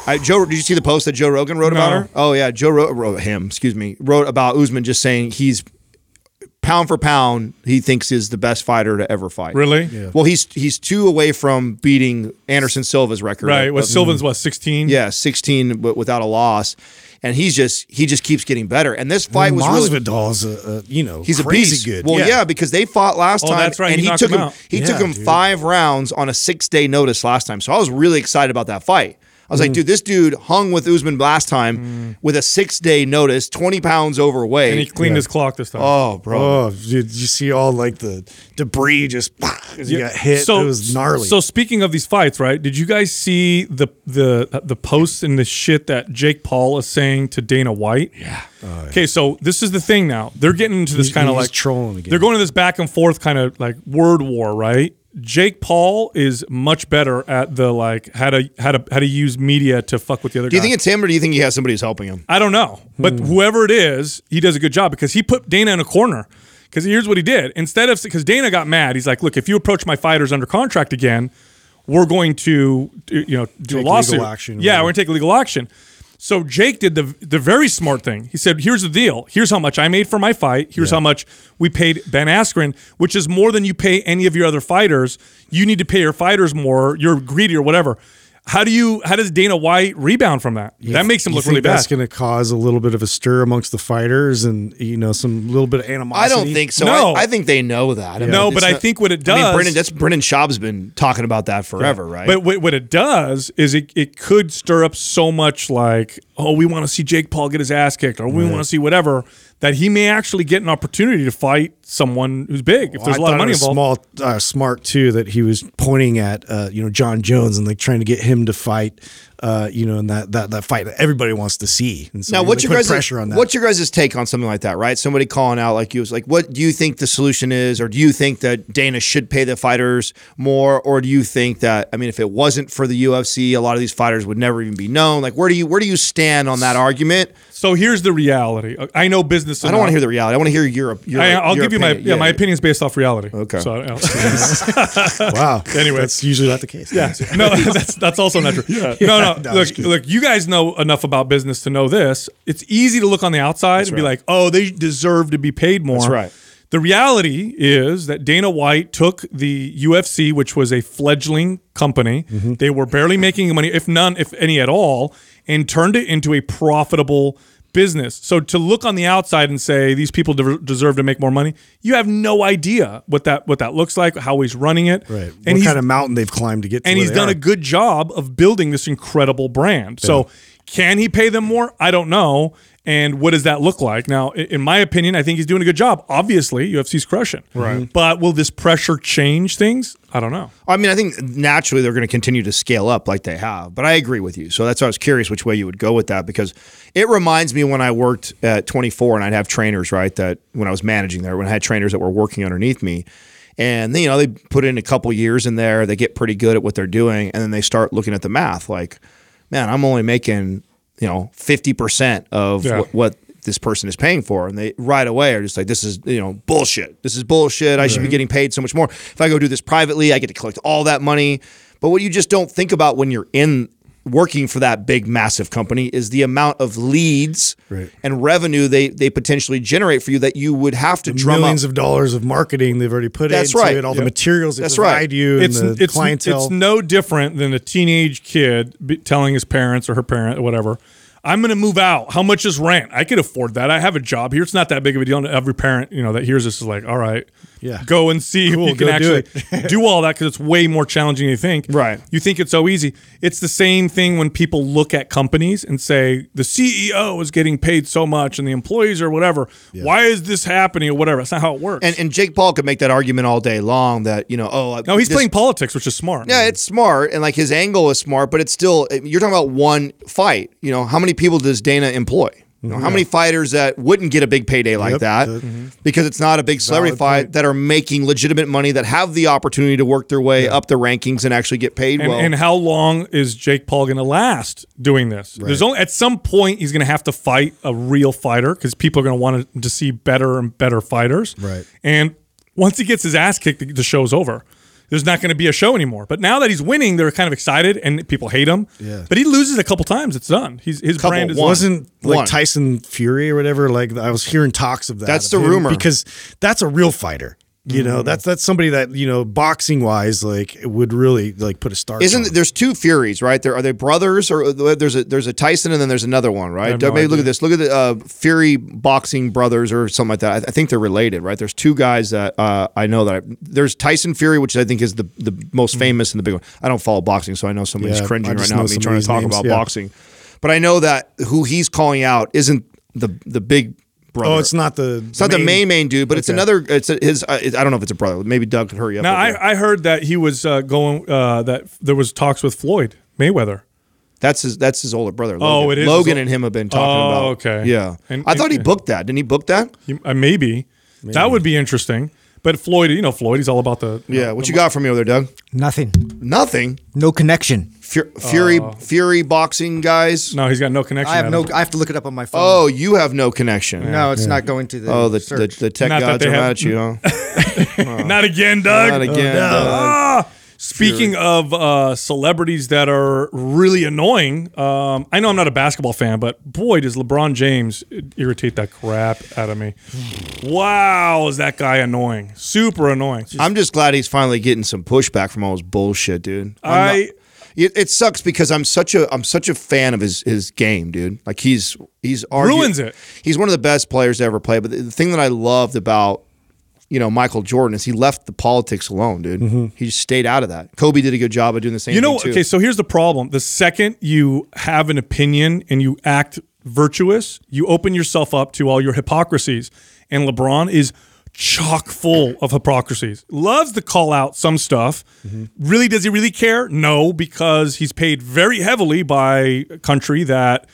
Speaker 4: I, Joe, did you see the post that Joe Rogan wrote about
Speaker 2: No.
Speaker 4: her? Oh yeah, Joe wrote, wrote him. Excuse me, wrote about Usman just saying he's pound for pound, he thinks is the best fighter to ever fight.
Speaker 2: Really?
Speaker 4: Well, he's he's two away from beating Anderson Silva's record.
Speaker 2: Right. Well,
Speaker 4: of-
Speaker 2: Sylvan's
Speaker 3: mm.
Speaker 2: what 16.
Speaker 4: yeah, sixteen but without a loss, and he's just he just keeps getting better. And this fight was really
Speaker 3: Masvidal's a, a you know
Speaker 4: He's
Speaker 3: crazy
Speaker 4: a beast.
Speaker 3: good.
Speaker 4: Well, yeah. because they fought last
Speaker 2: Oh,
Speaker 4: time.
Speaker 2: that's right.
Speaker 4: And
Speaker 2: He
Speaker 4: he,
Speaker 2: knocked
Speaker 4: took
Speaker 2: him
Speaker 4: him.
Speaker 2: out.
Speaker 4: He
Speaker 3: Yeah,
Speaker 4: took him
Speaker 3: dude.
Speaker 4: five rounds on a six day notice last time. So I was really excited about that fight. I was like, dude, this dude hung with Usman last time with a six day notice, twenty pounds overweight.
Speaker 2: And he cleaned his clock this time.
Speaker 4: oh, bro.
Speaker 3: Oh, dude, you see all like the debris just as you got hit. it was gnarly.
Speaker 2: So speaking of these fights, right? Did you guys see the the the posts and the shit that Jake Paul is saying to Dana White? Yeah. Okay, so this is the thing now. They're getting into this
Speaker 3: He's-
Speaker 2: kind of
Speaker 3: Oh, he's
Speaker 2: like
Speaker 3: trolling again.
Speaker 2: They're going to this back and forth kind of like word war, right? Jake Paul is much better at the like how to how to how to use media to fuck with the other
Speaker 4: do you
Speaker 2: guy.
Speaker 4: think it's him or do you think he has somebody who's helping him?
Speaker 2: I don't know. But
Speaker 3: Hmm.
Speaker 2: whoever it is, he does a good job because he put Dana in a corner. Because here's what he did. Instead of, because Dana got mad, he's like, look, if you approach my fighters under contract again, we're going to, uh, you know, do
Speaker 3: Take
Speaker 2: a lawsuit.
Speaker 3: legal action,
Speaker 2: yeah,
Speaker 3: right.
Speaker 2: we're going to take legal action. So Jake did the the very smart thing. He said, "Here's the deal. Here's how much I made for my fight. Here's how much we paid Ben Askren, which is more than you pay any of your other fighters. You need to pay your fighters more. You're greedy or whatever. How do you? How does Dana White rebound from that? that makes him
Speaker 3: You
Speaker 2: look really
Speaker 3: think
Speaker 2: bad.
Speaker 3: That's going to cause a little bit of a stir amongst the fighters, and you know, some little bit of animosity.
Speaker 4: I don't think so.
Speaker 2: No.
Speaker 4: I, I think they know that. I mean,
Speaker 2: No,
Speaker 4: it's
Speaker 2: but I
Speaker 4: not-
Speaker 2: think what it
Speaker 4: I
Speaker 2: does-
Speaker 4: mean, Brennan, that's Brennan Schaub's been talking about that forever, right?
Speaker 2: But what, what it does is it, it could stir up so much like, oh, we want to see Jake Paul get his ass kicked, or we want to see whatever, that he may actually get an opportunity to fight someone who's big if there's
Speaker 3: I
Speaker 2: a lot
Speaker 3: thought
Speaker 2: of
Speaker 3: it
Speaker 2: money
Speaker 3: was
Speaker 2: involved.
Speaker 3: Small, uh, smart too that he was pointing at uh, you know John Jones and like trying to get him to fight, uh, you know, in that that that fight that everybody wants to see. And so
Speaker 4: now,
Speaker 3: they
Speaker 4: what's your
Speaker 3: put
Speaker 4: guys'
Speaker 3: pressure on that?
Speaker 4: What's your guys' take on something like that? Right, somebody calling out like you was like, what do you think the solution is, or do you think that Dana should pay the fighters more, or do you think that I mean, if it wasn't for the UFC, a lot of these fighters would never even be known. Like, where do you where do you stand on that argument?
Speaker 2: So here's the reality. I know business.
Speaker 4: I don't want to hear the reality. I want to hear your. your
Speaker 2: I, I'll
Speaker 4: your
Speaker 2: give you my yeah,
Speaker 4: opinion.
Speaker 2: my opinion's based off reality. Okay. So, I don't-
Speaker 3: wow.
Speaker 2: Anyway.
Speaker 3: that's usually not the case. Yeah,
Speaker 2: no, that's that's also not true. No, no.
Speaker 3: No, it's
Speaker 2: look,
Speaker 3: true.
Speaker 2: look, you guys know enough about business to know this. It's easy to look on the outside and be like, oh, they deserve to be paid more. That's
Speaker 4: right.
Speaker 2: The reality is that Dana White took the UFC, which was a fledgling company.
Speaker 3: Mm-hmm.
Speaker 2: They were barely making money, if none, if any at all, and turned it into a profitable business. So to look on the outside and say these people de- deserve to make more money, you have no idea what that what that looks like, how he's running it,
Speaker 3: right.
Speaker 2: And
Speaker 3: what
Speaker 2: he's
Speaker 3: kind of mountain they've climbed to get? to
Speaker 2: and
Speaker 3: where
Speaker 2: he's
Speaker 3: they
Speaker 2: done
Speaker 3: are.
Speaker 2: a good job of building this incredible brand. So, can he pay them more? I don't know. And what does that look like? Now, i- in my opinion, I think he's doing a good job. Obviously, UFC's crushing. Right. But will this pressure change things? I don't know.
Speaker 4: I mean, I think naturally they're going to continue to scale up like they have, but I agree with you. So that's why I was curious which way you would go with that because it reminds me when I worked at 24 and I'd have trainers, right? That when I was managing there, when I had trainers that were working underneath me. And then, you know, they put in a couple years in there, they get pretty good at what they're doing, and then they start looking at the math like, man, I'm only making, you know, 50% of
Speaker 2: Yeah.
Speaker 4: what, what this person is paying for. And they right away are just like, this is, you know, bullshit. This is bullshit. I should be getting paid so much more. If I go do this privately, I get to collect all that money. But what you just don't think about when you're in working for that big, massive company is the amount of leads
Speaker 3: Right.
Speaker 4: and revenue they, they potentially generate for you that you would have to drum
Speaker 3: millions
Speaker 4: up.
Speaker 3: of dollars of marketing they've already put
Speaker 4: That's
Speaker 3: into
Speaker 4: right.
Speaker 3: it, all
Speaker 4: Yep.
Speaker 3: the materials they
Speaker 4: That's right.
Speaker 3: provide you, and the
Speaker 2: it's,
Speaker 3: clientele.
Speaker 2: it's no different than a teenage kid be telling his parents or her parent or whatever, I'm going to move out. How much is rent? I could afford that. I have a job here. It's not that big of a deal. And every parent, you know, that hears this is like, all right,
Speaker 3: Yeah.
Speaker 2: go and see if
Speaker 3: Cool,
Speaker 2: you can
Speaker 3: go do
Speaker 2: actually do, all that because it's way more challenging than you think.
Speaker 4: Right.
Speaker 2: You think it's so easy. It's the same thing when people look at companies and say the CEO is getting paid so much and the employees or whatever. Why is this happening or whatever? That's not how it works.
Speaker 4: And and Jake Paul could make that argument all day long that you know oh
Speaker 2: no, he's
Speaker 4: this-
Speaker 2: playing politics, which is smart.
Speaker 4: Yeah, it's smart, and like his angle is smart, but it's still eh, you're talking about one fight. You know, how many people does Dana employ? You know, how many fighters that wouldn't get a big payday like
Speaker 3: Yep,
Speaker 4: that
Speaker 3: that-
Speaker 2: Mm-hmm.
Speaker 4: because it's not a big celebrity
Speaker 3: Valid
Speaker 4: fight
Speaker 3: point.
Speaker 4: that are making legitimate money that have the opportunity to work their way up the rankings and actually get paid
Speaker 2: And,
Speaker 4: well.
Speaker 2: and how long is Jake Paul going to last doing this? There's only at some point he's going to have to fight a real fighter because people are going to want to see better and better fighters.
Speaker 3: Right.
Speaker 2: And once he gets his ass kicked, the- the show's over. There's not going to be a show anymore. But now that he's winning, they're kind of excited and people hate him.
Speaker 3: Yeah.
Speaker 2: But he loses a couple times, it's done. He's his
Speaker 4: Couple,
Speaker 2: brand is
Speaker 4: one.
Speaker 3: Wasn't like
Speaker 4: One.
Speaker 3: Tyson Fury or whatever. Like I was hearing talks of that.
Speaker 4: That's
Speaker 3: of
Speaker 4: the
Speaker 3: him,
Speaker 4: rumor.
Speaker 3: because that's a real fighter. You know, that's that's somebody that you know, boxing wise, like would really like put a star.
Speaker 4: Isn't there's two Furies right? There are they brothers or uh, there's a there's a Tyson and then there's another one right?
Speaker 2: have no
Speaker 4: Maybe look
Speaker 2: idea.
Speaker 4: at this. Look at the uh, Fury boxing brothers or something like that. I, I think they're related, right? There's two guys that uh, I know that I, there's Tyson Fury, which I think is the the most famous and the big one. I don't follow boxing, so I know somebody's
Speaker 3: Mm-hmm. Yeah, I
Speaker 4: cringing right
Speaker 3: just
Speaker 4: now
Speaker 3: know
Speaker 4: at me
Speaker 3: some of
Speaker 4: trying to
Speaker 3: these
Speaker 4: talk
Speaker 3: names,
Speaker 4: about
Speaker 3: yeah.
Speaker 4: boxing, but I know that who he's calling out isn't the the big brother.
Speaker 3: oh, it's not the.
Speaker 4: It's not the main main dude, but it's another. It's a, his. Uh, I don't know if it's a brother. Maybe Doug could hurry up.
Speaker 2: Now
Speaker 4: with that.
Speaker 2: I, I heard that he was uh, going uh, that there was talks with Floyd Mayweather.
Speaker 4: That's his. That's his older brother.
Speaker 2: Oh,
Speaker 4: Logan.
Speaker 2: it is
Speaker 4: Logan
Speaker 2: his ol-
Speaker 4: and him have been talking
Speaker 2: Oh,
Speaker 4: about.
Speaker 2: okay.
Speaker 4: Yeah,
Speaker 2: And-
Speaker 4: I thought he
Speaker 2: and-
Speaker 4: booked that. Didn't he book that?
Speaker 2: He, uh, maybe. that would be interesting. But Floyd, you know Floyd, he's all about the
Speaker 4: Yeah. What you got from me over there, Doug?
Speaker 5: Nothing.
Speaker 4: Nothing.
Speaker 5: No connection.
Speaker 4: Fury, Fury, Fury boxing guys.
Speaker 2: Oh. No, he's got no connection.
Speaker 5: I have
Speaker 2: Adam.
Speaker 5: no. I have to look it up on my phone.
Speaker 4: Oh, you have no connection.
Speaker 5: no, it's not going to the.
Speaker 4: Oh, the, the
Speaker 5: search.
Speaker 4: the tech
Speaker 2: Not that
Speaker 4: gods
Speaker 2: they
Speaker 4: are
Speaker 2: have-
Speaker 4: mad at you. Huh?
Speaker 2: Not again, Doug.
Speaker 4: Not again. Doug.
Speaker 2: Ah! Speaking of uh, celebrities that are really annoying, um, I know I'm not a basketball fan, but boy, does LeBron James irritate that crap out of me. Wow, is that guy annoying? Super annoying.
Speaker 4: I'm just glad he's finally getting some pushback from all his bullshit, dude. I'm not-
Speaker 2: I
Speaker 4: it, it sucks because I'm such a I'm such a fan of his his game, dude. Like he's he's argu-
Speaker 2: Ruins it.
Speaker 4: He's one of the best players to ever play. But the, the thing that I loved about you know Michael Jordan is he left the politics alone, dude. He just stayed out of that. Kobe did a good job of doing the same.
Speaker 2: Mm-hmm. You know,
Speaker 4: thing too.
Speaker 2: okay, so here's the problem. The second you have an opinion and you act virtuous, you open yourself up to all your hypocrisies. And LeBron is chock full of hypocrisies. Loves to call out some stuff.
Speaker 4: Mm-hmm.
Speaker 2: Really, does he really care? No, because he's paid very heavily by a country that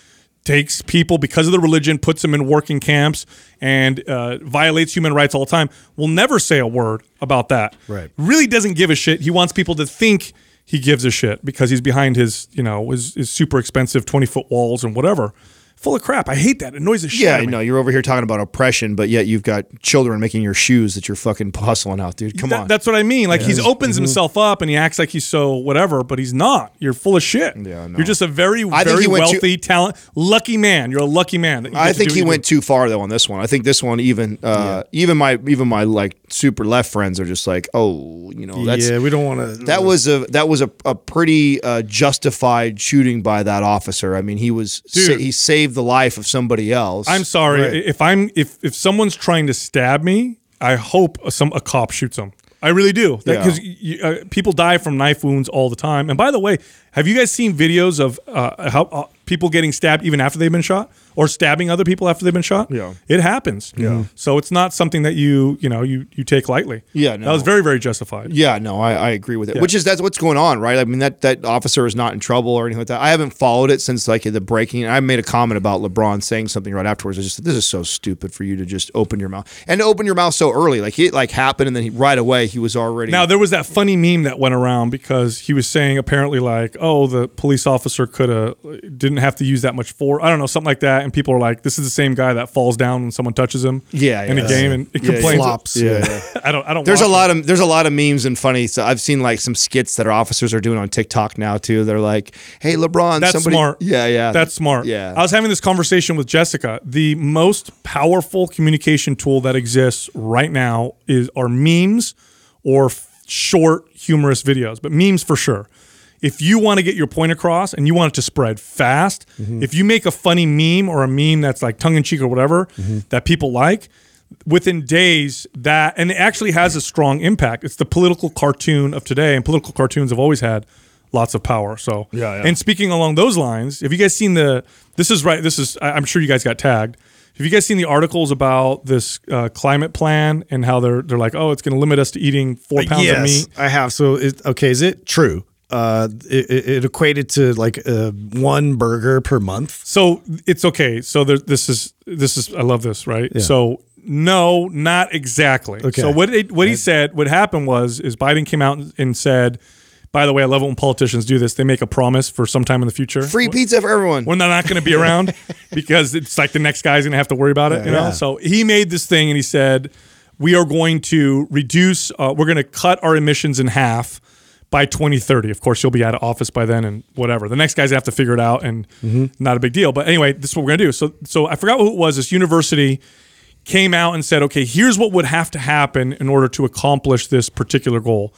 Speaker 2: takes people because of their religion, puts them in working camps, and uh, violates human rights all the time, will never say a word about that.
Speaker 3: Right.
Speaker 2: Really doesn't give a shit. He wants people to think he gives a shit because he's behind his, you know, his, his super expensive 20 foot walls and whatever. Full of crap. I hate that. It annoys the shit
Speaker 4: yeah,
Speaker 2: out
Speaker 4: I
Speaker 2: of me.
Speaker 4: know you're over here talking about oppression, but yet you've got children making your shoes that you're fucking hustling out, dude. Come
Speaker 2: That-
Speaker 4: on,
Speaker 2: That's what I mean. Like he's opens
Speaker 4: Mm-hmm.
Speaker 2: himself up and he acts like he's so whatever, but he's not. You're full of shit.
Speaker 4: Yeah, I know.
Speaker 2: You're just a very,
Speaker 4: I think
Speaker 2: very
Speaker 4: he went too-
Speaker 2: wealthy, talent, lucky man. You're a lucky man. that you get
Speaker 4: I
Speaker 2: to
Speaker 4: think
Speaker 2: do what
Speaker 4: he
Speaker 2: you do.
Speaker 4: went too far though on this one. I think this one even uh, even my even my like super left friends are just like, oh, you know, that's
Speaker 3: yeah, we don't want to.
Speaker 4: That was a that was a, a pretty uh, justified shooting by that officer. I mean, he was sa-
Speaker 2: Dude.
Speaker 4: he saved the life of somebody else.
Speaker 2: I'm sorry if I'm if if someone's trying to stab me, I hope a, some a cop shoots them. I really do
Speaker 4: Yeah.
Speaker 2: because uh, people die from knife wounds all the time. And by the way, have you guys seen videos of uh, how uh, people getting stabbed even after they've been shot or stabbing other people after they've been shot?
Speaker 4: Yeah.
Speaker 2: it happens. Yeah, so it's not something that you you know you you take lightly.
Speaker 4: Yeah,
Speaker 2: that
Speaker 4: no.
Speaker 2: was very very justified.
Speaker 4: Yeah, no, I, I agree with it. Which is that's what's going on, right? I mean, that that officer is not in trouble or anything like that. I haven't followed it since like the breaking. I made a comment about LeBron saying something right afterwards. I just said, this is so stupid for you to just open your mouth and to open your mouth so early. Like it like happened, and then he, right away he was already
Speaker 2: Now there was that funny meme that went around because he was saying apparently like, oh, the police officer could have didn't have to use that much force. I don't know, something like that. And people are like, this is the same guy that falls down when someone touches him.
Speaker 4: Yeah,
Speaker 2: in
Speaker 4: yeah.
Speaker 2: a game and it
Speaker 4: Yeah, yeah.
Speaker 2: complains.
Speaker 3: flops.
Speaker 2: I don't. I don't.
Speaker 4: There's a
Speaker 2: watch
Speaker 4: lot of there's a lot of memes and funny. So I've seen like some skits that our officers are doing on TikTok now too. They're like, "Hey, LeBron,
Speaker 2: That's
Speaker 4: somebody,
Speaker 2: smart.
Speaker 4: Yeah, yeah,
Speaker 2: That's smart.
Speaker 4: Yeah,
Speaker 2: I was having this conversation with Jessica. The most powerful communication tool that exists right now is are memes or f- short humorous videos, but memes for sure. if you want to get your point across and you want it to spread fast,
Speaker 4: Mm-hmm.
Speaker 2: if you make a funny meme or a meme that's like tongue in cheek or whatever
Speaker 4: Mm-hmm.
Speaker 2: that people like, within days that and it actually has a strong impact. It's the political cartoon of today, and political cartoons have always had lots of power. So
Speaker 3: Yeah, yeah.
Speaker 2: And speaking along those lines, have you guys seen the? This is right. This is. I- I'm sure you guys got tagged. Have you guys seen the articles about this uh, climate plan and how they're they're like, oh, it's going to limit us to eating
Speaker 3: Uh,
Speaker 2: four pounds of meat?
Speaker 3: I have. So, it, okay, is it true? Uh, it, it it equated to like uh, one burger per month.
Speaker 2: So it's okay. So there, this is this is I love this right. So no, not exactly.
Speaker 3: Okay.
Speaker 2: So what it, what he said, what happened was, is Biden came out and said, by the way, I love it when politicians do this. They make a promise for some time in the future.
Speaker 4: Free pizza for everyone.
Speaker 2: when they're not going to be around because it's like the next guy's going to have to worry about it. you know. So he made this thing and he said, "We are going to reduce. Uh, we're going to cut our emissions in half." By 2030, of course, you'll be out of office by then, and whatever. The next guys have to figure it out, and not a big deal. But anyway, this is what we're gonna do. So, so I forgot who it was. This university came out and said, okay, here's what would have to happen in order to accomplish this particular goal.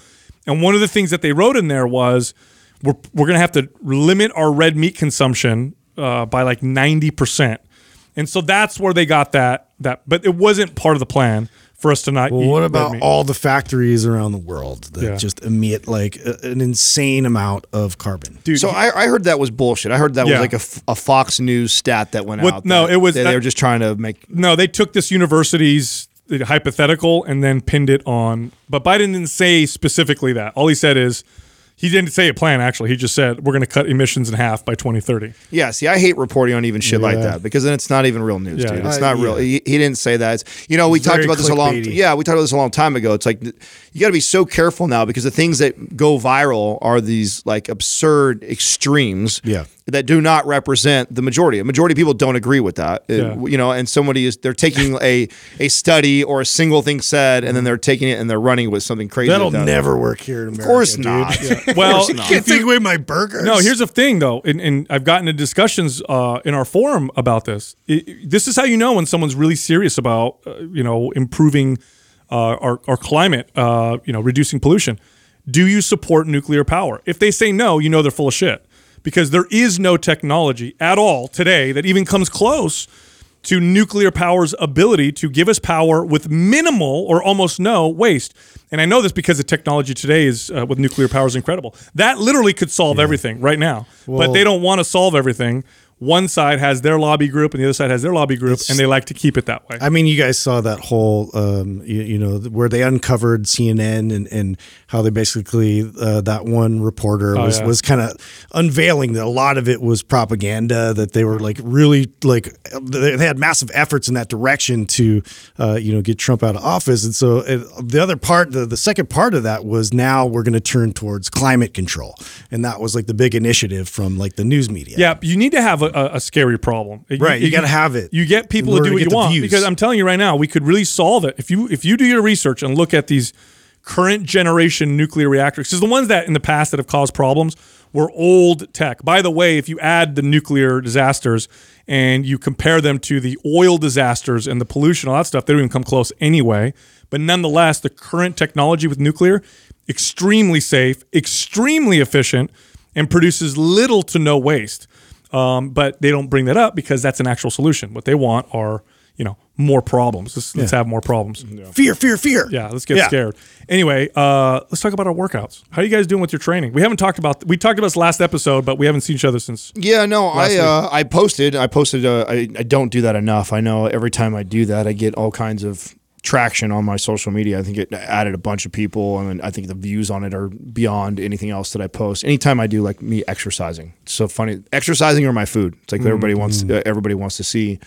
Speaker 2: And one of the things that they wrote in there was we're, we're going to have to limit our red meat consumption uh, by like 90%. And so that's where they got that. That, But it wasn't part of the plan for us to not eat
Speaker 3: Well, what
Speaker 2: red
Speaker 3: about
Speaker 2: meat.
Speaker 3: all the factories around the world that
Speaker 2: Yeah.
Speaker 3: just emit like a, an insane amount of carbon?
Speaker 2: Dude,
Speaker 4: so
Speaker 2: he-
Speaker 4: I, I heard that was bullshit. I heard that
Speaker 2: Yeah.
Speaker 4: was like a, f- a Fox News stat that went
Speaker 2: What-
Speaker 4: out.
Speaker 2: no,
Speaker 4: that
Speaker 2: it was-
Speaker 4: They, they were just trying to make.
Speaker 2: no, they took this university's hypothetical and then pinned it on. But Biden didn't say specifically that. All he said is he didn't say a plan. Actually, he just said we're going to cut emissions in half by 2030.
Speaker 4: Yeah, see, I hate reporting on even shit like that because then it's not even real news,
Speaker 2: Yeah.
Speaker 4: dude. It's
Speaker 3: Uh,
Speaker 4: not real.
Speaker 3: yeah.
Speaker 4: He, he didn't say that. It's, you know, we talked
Speaker 3: very
Speaker 4: about this a long.
Speaker 3: clickbaity.
Speaker 4: Yeah, we talked about this a long time ago. It's like th- you got to be so careful now because the things that go viral are these like absurd extremes.
Speaker 3: Yeah.
Speaker 4: That do not represent the majority. A majority of people don't agree with that. Uh,
Speaker 2: Yeah.
Speaker 4: You know, and somebody is they're taking a a study or a single thing said, and then they're taking it and they're running with something crazy.
Speaker 3: That'll
Speaker 4: about it.
Speaker 3: never work here in America.
Speaker 4: Of course
Speaker 3: dude.
Speaker 4: not.
Speaker 2: Well,
Speaker 3: You can't take away my burgers.
Speaker 2: No, here's the thing though, and, and I've gotten into discussions uh, in our forum about this. It- it- this is how you know when someone's really serious about uh, you know improving uh, our our climate, uh, you know, reducing pollution. Do you support nuclear power? If they say no, you know they're full of shit because there is no technology at all today that even comes close to nuclear power's ability to give us power with minimal or almost no waste. And I know this because the technology today is uh, with nuclear power is incredible. That literally could solve everything right now, but they don't want to solve everything. One side has their lobby group and the other side has their lobby group, and they like to keep it that way.
Speaker 3: I mean, you guys saw that whole, um, you, you know, where they uncovered CNN and, and how they basically uh, that one reporter
Speaker 4: Oh,
Speaker 3: was
Speaker 2: yeah.
Speaker 3: was kind of unveiling that a lot of it was propaganda that they were like really like they they had massive efforts in that direction to uh, you know get Trump out of office, and so uh, the other part, the, the second part of that was now we're going to turn towards climate control, and that was like the big initiative from like the news media.
Speaker 2: yeah, you need to have a, a, a scary problem. You-
Speaker 3: Right, you gotta have it
Speaker 2: You get people
Speaker 3: in
Speaker 2: to do
Speaker 3: order to
Speaker 2: what
Speaker 3: get
Speaker 2: you
Speaker 3: the
Speaker 2: want
Speaker 3: views.
Speaker 2: because I'm telling you right now, we could really solve it if you if you do your research and look at these current generation nuclear reactors. Because the ones that in the past that have caused problems were old tech. By the way, if you add the nuclear disasters and you compare them to the oil disasters and the pollution, all that stuff, they don't even come close anyway. But nonetheless, the current technology with nuclear extremely safe, extremely efficient, and produces little to no waste. Um, but they don't bring that up because that's an actual solution. What they want are, you know, more problems. Let's, let's have more problems. Yeah,
Speaker 3: fear, fear, fear.
Speaker 2: let's get scared. Anyway, uh, let's talk about our workouts. How are you guys doing with your training? We haven't talked about we talked about this last episode, but we haven't seen each other since.
Speaker 4: Yeah, no, I uh, I posted. I posted. Uh, I I don't do that enough. I know every time I do that, I get all kinds of traction on my social media. I think it added a bunch of people, and I think the views on it are beyond anything else that I post. Anytime I do like me exercising, it's so funny. Exercising or my food. It's like everybody wants.
Speaker 2: Mm.
Speaker 4: Uh, everybody wants to see.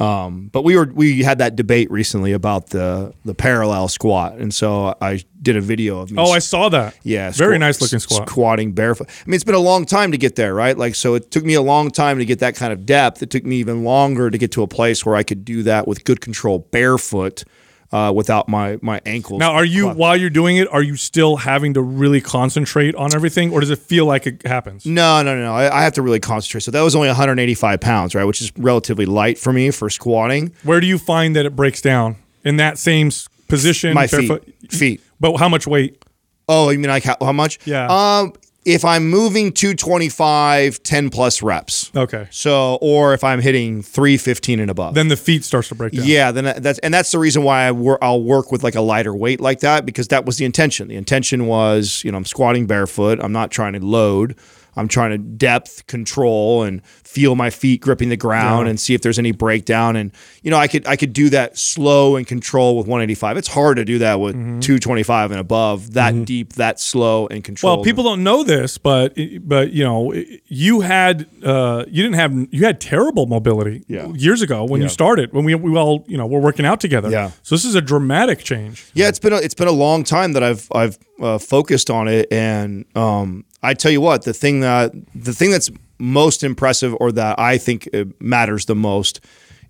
Speaker 4: Um, but we were we had that debate recently about the the parallel squat, and so I did a video of me.
Speaker 2: Oh, I saw that. very
Speaker 4: Yeah, squat-
Speaker 2: nice looking
Speaker 4: s-
Speaker 2: squat.
Speaker 4: Squatting barefoot. I mean, it's been a long time to get there, right? Like, so it took me a long time to get that kind of depth. It took me even longer to get to a place where I could do that with good control barefoot, uh, without my my ankles.
Speaker 2: Now, are you
Speaker 4: clubbed.
Speaker 2: while you're doing it? Are you still having to really concentrate on everything, or does it feel like it happens?
Speaker 4: No, no, no, no. I, I have to really concentrate. So that was only 185 pounds, right? Which is relatively light for me for squatting.
Speaker 2: Where do you find that it breaks down in that same s- position?
Speaker 4: My feet,
Speaker 2: barefoot?
Speaker 4: feet.
Speaker 2: But how much weight?
Speaker 4: Oh, you mean like how, how much?
Speaker 2: Yeah.
Speaker 4: Um, if I'm moving 225, 10 plus reps.
Speaker 2: Okay.
Speaker 4: So, or if I'm hitting 315 and above.
Speaker 2: Then the feet starts to break down.
Speaker 4: Yeah, then that- that's and that's the reason why I wor- I'll work with like a lighter weight like that because that was the intention. The intention was, you know, I'm squatting barefoot. I'm not trying to load. I'm trying to depth control and feel my feet gripping the ground and see if there's any breakdown. And you know, I could I could do that slow and control with 185. It's hard to do that with 225 and above. That deep, that slow and control.
Speaker 2: Mm-hmm. Well, people don't know this, but but you know, you had uh, you didn't have you had terrible mobility
Speaker 4: Yeah.
Speaker 2: years ago when you
Speaker 4: Yeah.
Speaker 2: started when we, we all you know were working out together.
Speaker 4: Yeah.
Speaker 2: So this is a dramatic change.
Speaker 4: Yeah, it's been a, it's been a long time that I've I've uh, focused on it, and um, I tell you what, the thing that the thing that's most impressive, or that I think uh, matters the most,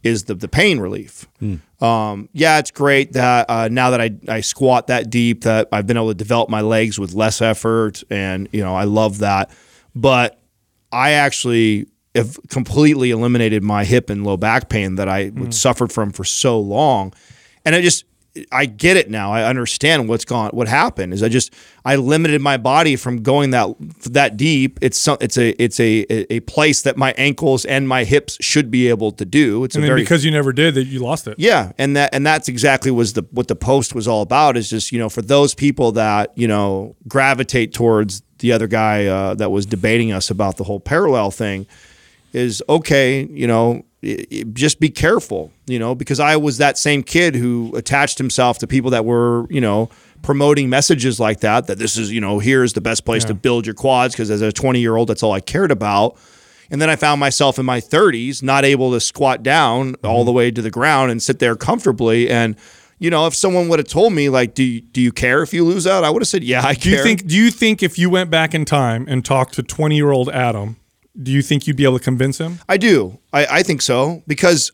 Speaker 4: is the the pain relief. Um, yeah, it's great that uh, now that I I squat that deep, that I've been able to develop my legs with less effort, and you know I love that, but I actually have completely eliminated my hip and low back pain that I would suffered from for so long. And I just I get it now. I understand what's gone what happened is I just I limited my body from going that that deep. It's some it's a it's a a place that my ankles and my hips should be able to do. It's
Speaker 2: And
Speaker 4: a
Speaker 2: then
Speaker 4: very
Speaker 2: because you never did that, you lost it.
Speaker 4: yeah, and that and that's exactly was the what the post was all about is just you know for those people that you know gravitate towards the other guy uh, that was debating us about the whole parallel thing is okay, you know, i i- just be careful, you know, because I was that same kid who attached himself to people that were you know promoting messages like that that this is you know here is the best place to build your quads because as a 20 year old that's all I cared about. And then I found myself in my 30s not able to squat down
Speaker 2: Mm-hmm.
Speaker 4: all the way to the ground and sit there comfortably. And you know, if someone would have told me like, "Do you, do you care if you lose out?" I would have said, "Yeah, I
Speaker 2: Do
Speaker 4: care."
Speaker 2: you think do you think if you went back in time and talked to twenty year old Adam, do you think you'd be able to convince him?
Speaker 4: I do. I, I think so because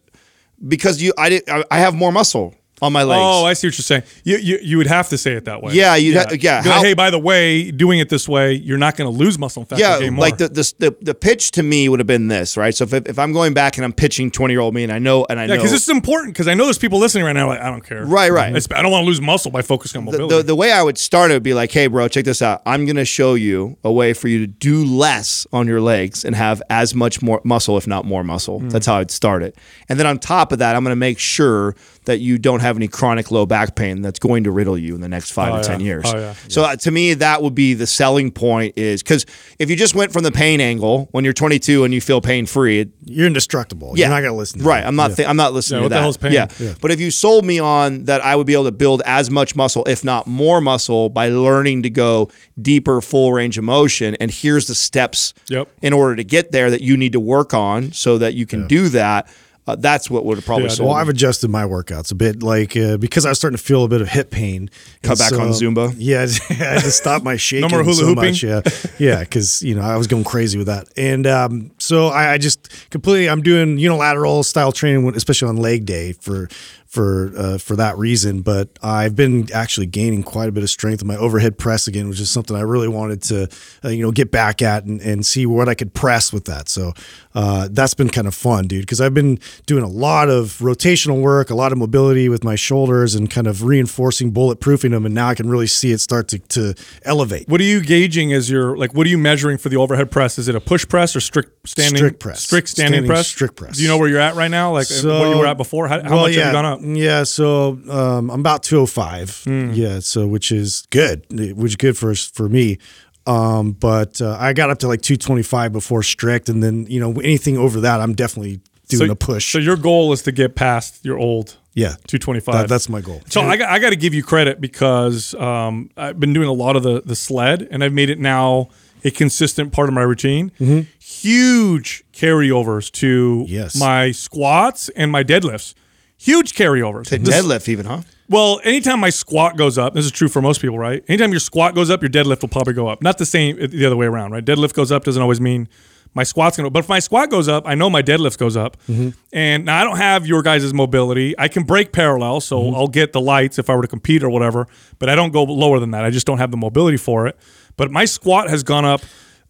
Speaker 4: because you I did I, I have more muscle on my legs.
Speaker 2: Oh, I see what you're saying. You you, you would have to say it that way.
Speaker 4: Yeah, you'd ha- yeah,
Speaker 2: Be like,
Speaker 4: how-
Speaker 2: hey, by the way, doing it this way, you're not going to lose muscle. In fact, you'll
Speaker 4: yeah,
Speaker 2: gain more.
Speaker 4: like the, the the the pitch to me would have been this, right? So if, if I'm going back and I'm pitching 20 year old me and I know and I
Speaker 2: Yeah,
Speaker 4: know
Speaker 2: because this is important. Because I know there's people listening right now. Like, I don't care.
Speaker 4: Right, right.
Speaker 2: It's- I don't want to lose muscle by focusing on mobility.
Speaker 4: the, the, the way I would start it would be like, hey, bro, check this out. I'm going to show you a way for you to do less on your legs and have as much more muscle, if not more muscle.
Speaker 2: Mm.
Speaker 4: That's how I'd start it. And then on top of that, I'm going to make sure that you don't have any chronic low back pain that's going to riddle you in the next five
Speaker 2: Oh,
Speaker 4: to 10
Speaker 2: yeah.
Speaker 4: years.
Speaker 2: Oh, yeah.
Speaker 4: So uh, to me, that would be the selling point is because if you just went from the pain angle when you're 22 and you feel pain free, it
Speaker 3: You're indestructible. You're not going to listen. To
Speaker 4: right.
Speaker 3: that.
Speaker 4: I'm not. thi- I'm not
Speaker 2: Yeah,
Speaker 4: listening to
Speaker 2: what the
Speaker 4: that.
Speaker 2: hell's pain?
Speaker 4: Yeah.
Speaker 2: Yeah.
Speaker 4: But if you sold me on that, I would be able to build as much muscle, if not more muscle, by learning to go deeper, full range of motion. And here's the steps
Speaker 2: Yep.
Speaker 4: in order to get there that you need to work on so that you can do that. Uh, that's what would have probably
Speaker 2: Yeah,
Speaker 4: sold.
Speaker 2: well,
Speaker 4: me.
Speaker 3: Well, I've adjusted my workouts a bit, like uh, because I was starting to feel a bit of hip pain.
Speaker 4: Cut
Speaker 3: And
Speaker 4: back on Zumba?
Speaker 3: Yeah, I just stopped my shaking
Speaker 2: more hula
Speaker 3: so
Speaker 2: hooping?
Speaker 3: much. Yeah, yeah, because you know I was going crazy with that, and um, so I, I just completely I'm doing unilateral style training, when- especially on leg day for for uh, for that reason. But I've been actually gaining quite a bit of strength in my overhead press again, which is something I really wanted to uh, you know get back at and, and see what I could press with that. So uh, that's been kind of fun, dude, because I've been doing a lot of rotational work, a lot of mobility with my shoulders, and kind of reinforcing bulletproofing them, and now I can really see it start to to elevate.
Speaker 2: what are you gauging as your like? What are you measuring for the overhead press? Is it a push press or strict standing?
Speaker 3: Strict press.
Speaker 2: Strict standing,
Speaker 3: Standing
Speaker 2: press.
Speaker 3: strict press.
Speaker 2: Do you know where you're at right now? Like and what you were at before? How, how
Speaker 3: well,
Speaker 2: much
Speaker 3: yeah,
Speaker 2: have you gone up? Hmm.
Speaker 3: Yeah, so um, I'm about 205. Yeah, so which is good, which is good for for me. Um, but uh, I got up to like 225 before strict, and then you know anything over that, I'm definitely doing a push.
Speaker 2: So your goal is to get past your old
Speaker 3: yeah,
Speaker 2: 225.
Speaker 3: That- that's my goal.
Speaker 2: So I got, I got to give you credit because um, I've been doing a lot of the the sled and I've made it now a consistent part of my routine. Huge carryovers to
Speaker 3: Yes.
Speaker 2: my squats and my deadlifts. Huge carryovers.
Speaker 4: The
Speaker 2: This-
Speaker 4: deadlift, even, huh?
Speaker 2: well, anytime my squat goes up, this is true for most people, right? Anytime your squat goes up, your deadlift will probably go up. Not the same uh, the other way around, right? Deadlift goes up doesn't always mean my squat's gonna. But if my squat goes up, I know my deadlift goes up. And now I don't have your guys' mobility. I can break parallel, so I'll get the lights if I were to compete or whatever. But I don't go lower than that. I just don't have the mobility for it. But my squat has gone up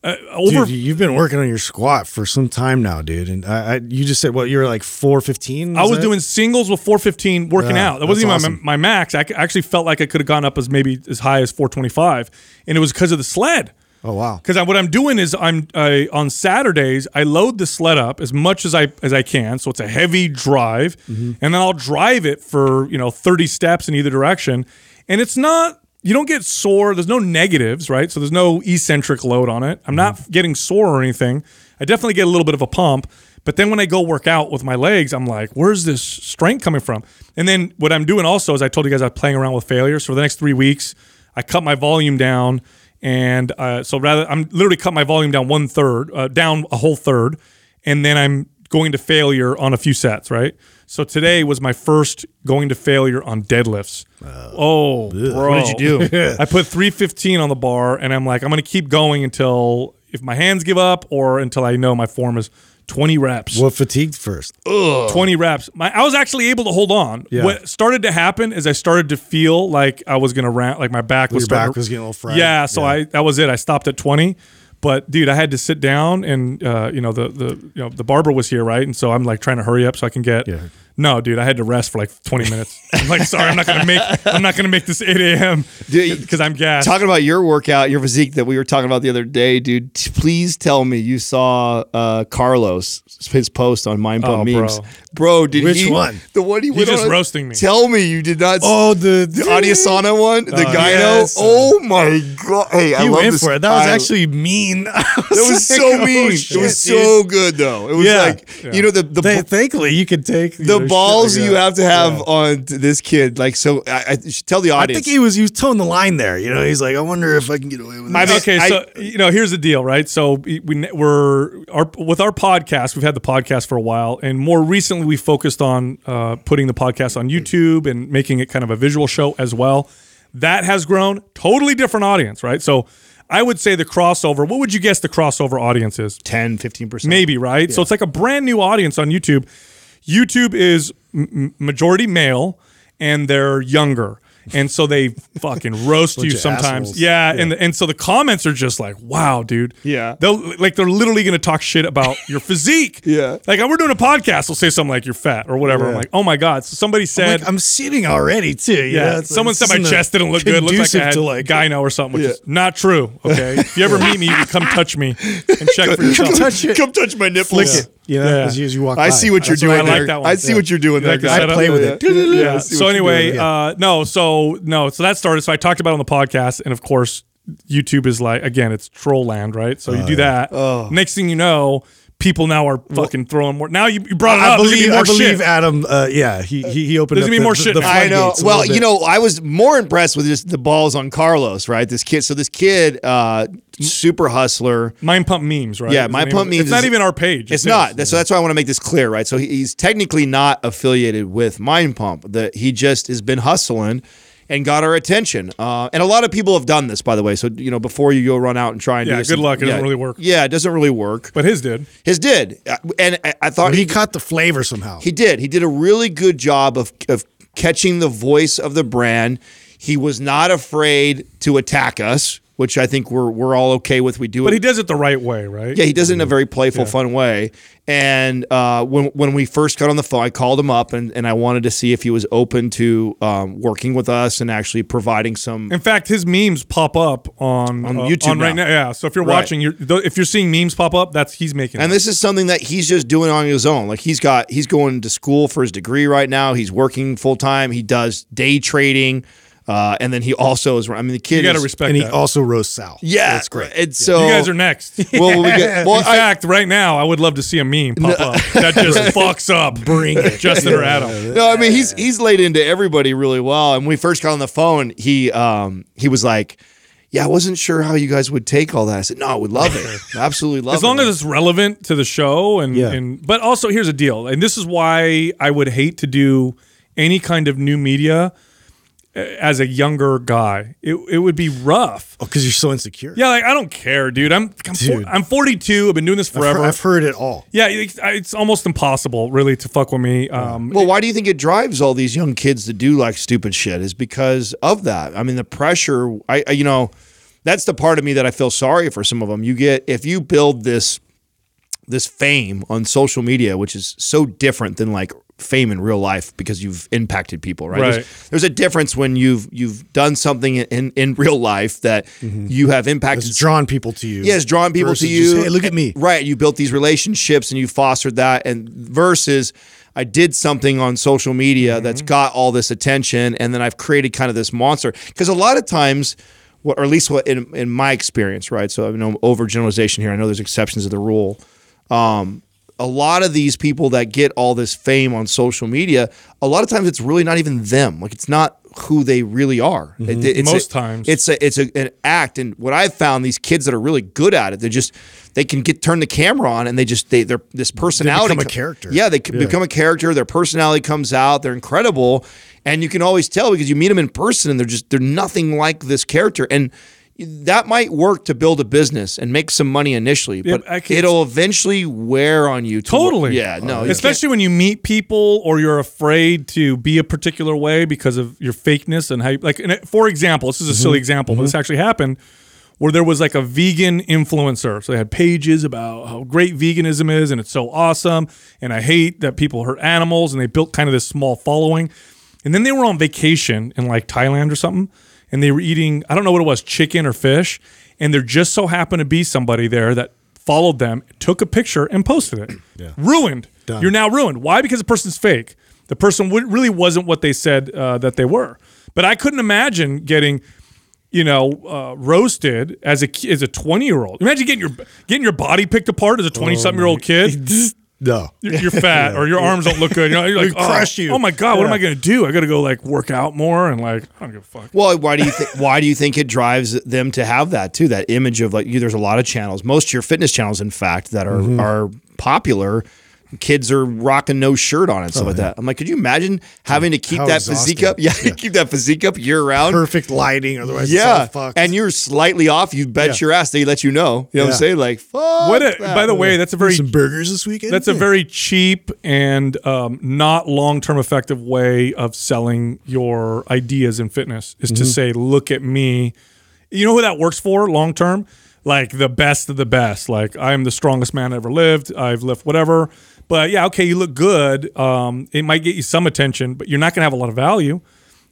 Speaker 2: uh, over.
Speaker 3: Dude, you've been working on your squat for some time now, dude. And I, I you just said what you were like 415.
Speaker 2: I was
Speaker 3: that?
Speaker 2: doing singles with 415 working
Speaker 3: Yeah,
Speaker 2: out. That wasn't even
Speaker 3: that's
Speaker 2: my, my max. I c- actually felt like I could have gone up as maybe as high as 425, and it was because of the sled.
Speaker 3: Oh, wow.
Speaker 2: Because what I'm doing is I'm I, on Saturdays I load the sled up as much as I as I can, so it's a heavy drive, and then I'll drive it for you know 30 steps in either direction, and it's not you don't get sore. There's no negatives, right? So there's no eccentric load on it. I'm not getting sore or anything. I definitely get a little bit of a pump, but then when I go work out with my legs, I'm like, where's this strength coming from? And then what I'm doing also is I told you guys I'm playing around with failures. So for the next three weeks, I cut my volume down. And uh, so rather, I'm literally cut my volume down one third, uh, down a whole third. And then I'm going to failure on a few sets, right? So today was my first going to failure on deadlifts. oh, bro.
Speaker 4: What did you do?
Speaker 2: I put 315 on the bar and I'm like, I'm going to keep going until if my hands give up or until I know my form is 20 reps.
Speaker 3: Well, fatigued first.
Speaker 2: 20 reps. My, I was actually able to hold on.
Speaker 3: Yeah.
Speaker 2: What started to happen is I started to feel like I was gonna rant, like my back was
Speaker 3: Your
Speaker 2: starting
Speaker 3: back
Speaker 2: to-
Speaker 3: was getting a little fried.
Speaker 2: Yeah, so I that was it. I stopped at 20. But dude, I had to sit down and uh, you know the the you know the barber was here, right? And so I'm like trying to hurry up so I can get
Speaker 3: Yeah.
Speaker 2: No, dude, I had to rest for like 20 minutes. I'm like, sorry, I'm not gonna make I'm not gonna make this 8 a.m.
Speaker 4: Dude,
Speaker 2: because I'm gassed.
Speaker 4: Talking about your workout, your physique that we were talking about the other day, dude. t- Please tell me you saw uh, Carlos his post on Mind Pump
Speaker 2: Oh, bro.
Speaker 4: memes, bro. Did
Speaker 3: Which
Speaker 4: he-
Speaker 3: one?
Speaker 4: The one he, went
Speaker 2: just
Speaker 4: on-
Speaker 2: roasting me.
Speaker 4: Tell me you did not.
Speaker 3: Oh, the,
Speaker 4: the Adiasana one, the Gyno.
Speaker 3: Uh, yes.
Speaker 4: Oh my god! Hey, I
Speaker 3: You
Speaker 4: love
Speaker 3: went
Speaker 4: this.
Speaker 3: for it. That was
Speaker 4: I-
Speaker 3: actually mean. that
Speaker 4: that was so mean. it was so good though. It was
Speaker 3: Yeah.
Speaker 4: like you know the the
Speaker 3: They, thankfully, you could take you know,
Speaker 4: the
Speaker 3: shit
Speaker 4: balls
Speaker 3: like
Speaker 4: you
Speaker 3: that.
Speaker 4: have to have on t- this kid. Like so, I, I you should tell the
Speaker 3: I
Speaker 4: audience.
Speaker 3: think he was he was toeing the line there. You know, he's like, I wonder if I can get away with
Speaker 4: I
Speaker 3: this.
Speaker 4: mean,
Speaker 2: okay, so you know, here's the deal, right? So we we- we're our with our podcast. We've had the podcast for a while, and more recently, we focused on uh, putting the podcast on YouTube and making it kind of a visual show as well. That has grown totally different audience, right? So I would say the crossover. What would you guess the crossover audience is?
Speaker 4: 10, 15 percent.
Speaker 2: maybe right so it's like a brand new audience on youtube youtube is m- m- majority male and they're younger and so they fucking roast you
Speaker 3: of
Speaker 2: sometimes
Speaker 3: assholes.
Speaker 2: yeah, and and so the comments are just like wow dude
Speaker 4: Yeah.
Speaker 2: they'll like they're literally gonna talk shit about your physique
Speaker 4: Yeah.
Speaker 2: like "Oh, we're doing a podcast they'll say something like you're fat or whatever i'm
Speaker 3: Yeah.
Speaker 2: like oh my god so somebody said
Speaker 3: Like, I'm sitting already too. you know?
Speaker 2: yeah,
Speaker 3: It's-
Speaker 2: someone
Speaker 3: it's
Speaker 2: said my
Speaker 3: isn't
Speaker 2: chest didn't look good. Looks like
Speaker 3: conducive
Speaker 2: I had
Speaker 3: to, like-
Speaker 2: gyno or something, which is not true. Okay, if you ever meet me, you can come touch me and check for yourself.
Speaker 3: touch it.
Speaker 4: Come touch my nipples.
Speaker 3: Flick it. You know,
Speaker 2: Yeah.
Speaker 3: as, you, as you walk.
Speaker 4: I
Speaker 3: by.
Speaker 4: see what you're
Speaker 2: That's what I
Speaker 4: doing
Speaker 2: like
Speaker 4: there.
Speaker 2: that one.
Speaker 4: I see
Speaker 2: Yeah.
Speaker 4: what you're doing
Speaker 2: You
Speaker 4: there.
Speaker 2: like the
Speaker 4: guy.
Speaker 2: setup?
Speaker 3: I play with it.
Speaker 4: Yeah.
Speaker 2: yeah.
Speaker 4: I see
Speaker 2: So
Speaker 4: what you're
Speaker 2: anyway,
Speaker 4: doing.
Speaker 2: uh, no, so no, so that started. So I talked about it on the podcast, and of course, YouTube is like again, it's troll land, right? So
Speaker 4: Oh,
Speaker 2: you do that. Next thing you know, people now are fucking throwing more. Now you, you brought it
Speaker 3: I
Speaker 2: up. Oh, There's gonna be
Speaker 3: believe. I
Speaker 2: more shit.
Speaker 3: believe Adam. Uh, yeah, he he, he opened
Speaker 2: There's
Speaker 3: up
Speaker 2: gonna be
Speaker 3: the,
Speaker 2: more
Speaker 3: the-
Speaker 2: shit.
Speaker 3: the
Speaker 4: I know.
Speaker 3: floodgates a
Speaker 4: Well,
Speaker 3: little
Speaker 4: you
Speaker 3: bit.
Speaker 4: know, I was more impressed with just the balls on Carlos, right? This kid. So this kid, uh, super hustler.
Speaker 2: Mind pump memes, right?
Speaker 4: Yeah,
Speaker 2: Is the
Speaker 4: Mind
Speaker 2: name
Speaker 4: Pump
Speaker 2: of it.
Speaker 4: Memes
Speaker 2: It's not
Speaker 4: is-
Speaker 2: even our page.
Speaker 4: It's
Speaker 2: his.
Speaker 4: not. That's- So that's why I want to make this clear, right? So he- he's technically not affiliated with Mind Pump. That he just has been hustling and got our attention. Uh, and a lot of people have done this, by the way. So you know, before you go run out and try and
Speaker 2: Yeah,
Speaker 4: do this
Speaker 2: good
Speaker 4: and-
Speaker 2: luck. It doesn't really work.
Speaker 4: Yeah, it doesn't really work.
Speaker 2: But his did.
Speaker 4: His did, Uh, and I, I thought
Speaker 3: But he caught the flavor somehow.
Speaker 4: He did. He did a really good job of of catching the voice of the brand. He was not afraid to attack us, which I think we're we're all okay with. We do
Speaker 2: But
Speaker 4: it.
Speaker 2: he does it the right way, right?
Speaker 4: Yeah, he does it in a very playful, fun way. And uh, when when we first got on the phone, I called him up and, and I wanted to see if he was open to um, working with us and actually providing some.
Speaker 2: In fact, his memes pop up on uh, on
Speaker 4: YouTube
Speaker 2: right
Speaker 4: now.
Speaker 2: now. Yeah. So if you're
Speaker 4: Right.
Speaker 2: watching, you're, th- if you're seeing memes pop up, that's he's making.
Speaker 4: And
Speaker 2: that.
Speaker 4: this is something that he's just doing on his own. Like he's got he's going to school for his degree right now. He's working full time. He does day trading, uh, and then he also is. I mean, the kid.
Speaker 2: you got to
Speaker 4: is-
Speaker 2: respect
Speaker 3: and he
Speaker 2: that.
Speaker 3: also roasts Sal.
Speaker 4: Yeah,
Speaker 3: that's great.
Speaker 4: And so
Speaker 2: you guys are next.
Speaker 4: Well, we get, well,
Speaker 2: In
Speaker 4: I-
Speaker 2: fact, right now, I would love to see a meme pop up that just fucks up
Speaker 3: Bring it.
Speaker 2: Justin or Adam.
Speaker 4: no, I mean he's he's laid into everybody really well. And when we first got on the phone, he um he was like, "Yeah, I wasn't sure how you guys would take all that." I said, "No, I would love it, I absolutely love it."
Speaker 2: As long as it's relevant to the show, and,
Speaker 3: Yeah.
Speaker 2: and but also here's a deal, and this is why I would hate to do any kind of new media uh, as a younger guy. It, it would be rough.
Speaker 3: Oh, because you're so insecure.
Speaker 2: Yeah, like I don't care, dude. I'm I'm,
Speaker 3: Dude.
Speaker 2: am 42. I've been doing this
Speaker 3: I've,
Speaker 2: forever.
Speaker 3: heard, I've heard it all.
Speaker 2: yeah, it's, it's almost impossible, really, to fuck with me. Um,
Speaker 4: well, why do you think it drives all these young kids to do like stupid shit? Is because of that. I mean, the pressure. I, I you know, that's the part of me that I feel sorry for some of them. You get if you build this this fame on social media, which is so different than like fame in real life because you've impacted people, right?
Speaker 2: Right.
Speaker 4: There's, there's a difference when you've you've done something in in real life that you have impacted
Speaker 3: It's drawn people to you.
Speaker 4: yeah, it's drawing people to
Speaker 3: versus
Speaker 4: you.
Speaker 3: just, hey, look at me.
Speaker 4: Right. You built these relationships and you fostered that. And versus I did something on social media
Speaker 3: Mm-hmm.
Speaker 4: that's got all this attention and then I've created kind of this monster. Because a lot of times, what, or at least what in, in my experience, right? So I know overgeneralization here. I know there's exceptions to the rule. Um, a lot of these people that get all this fame on social media, a lot of times it's really not even them. Like it's not who they really are. It- it's
Speaker 2: Most
Speaker 4: a-
Speaker 2: times.
Speaker 4: it's a it's a, an act and what i've found these kids that are really good at it they just they can get turn the camera on and they just they they're this personality
Speaker 3: become a
Speaker 4: co-
Speaker 3: character.
Speaker 4: yeah they can become a character their personality comes out they're incredible and you can always tell because you meet them in person and they're just they're nothing like this character and that might work to build a business and make some money initially
Speaker 2: Yeah,
Speaker 4: but
Speaker 2: I can-
Speaker 4: it'll eventually wear on you to-
Speaker 2: Totally.
Speaker 4: yeah no you can't-
Speaker 2: Especially when you meet people or you're afraid to be a particular way because of your fakeness and how you like. And it- for example, this is a
Speaker 4: Mm-hmm.
Speaker 2: silly example, but this actually happened where there was like a vegan influencer. So they had pages about how great veganism is and it's so awesome. And I hate that people hurt animals. And they built kind of this small following. And then they were on vacation in like Thailand or something. And they were eating, I don't know what it was, chicken or fish. And there just so happened to be somebody there that followed them, took a picture, and posted it. Ruined. You're now ruined. Why? Because the person's fake. The person w- really wasn't what they said uh, that they were. But I couldn't imagine getting, you know, uh, roasted as a ki- as a 20 year old. Imagine getting your getting your body picked apart as a 20 something year
Speaker 3: Oh
Speaker 2: old kid.
Speaker 3: No.
Speaker 2: You're, you're fat, or your arms don't look good. You know, you're like,
Speaker 3: They crush
Speaker 2: oh,
Speaker 3: you."
Speaker 2: oh my god, what am I gonna do? I gotta go like work out more and like I don't give a fuck.
Speaker 4: Well, why do you th- why do you think it drives them to have that too? That image of like you, there's a lot of channels. Most of your fitness channels, in fact, that are are popular. Kids are rocking no shirt on and stuff like that. I'm like, could you imagine having to keep
Speaker 3: How
Speaker 4: that
Speaker 3: exhausting.
Speaker 4: physique up? Yeah, keep that physique up year round.
Speaker 3: Perfect lighting, otherwise
Speaker 4: Yeah,
Speaker 3: it's all fucked.
Speaker 4: and you're slightly off. You bet your ass they let you know. You know
Speaker 3: Yeah.
Speaker 4: what I'm saying? Like, fuck.
Speaker 2: What? A,
Speaker 4: that.
Speaker 2: by the way, that's a very
Speaker 3: some burgers this weekend.
Speaker 2: that's a very cheap and um, not long term effective way of selling your ideas in fitness is
Speaker 4: Mm-hmm.
Speaker 2: to say, look at me. You know who that works for long term? Like the best of the best. Like I'm the strongest man I ever lived. I've lived whatever. But yeah, okay, you look good. Um, it might get you some attention, but you're not going to have a lot of value.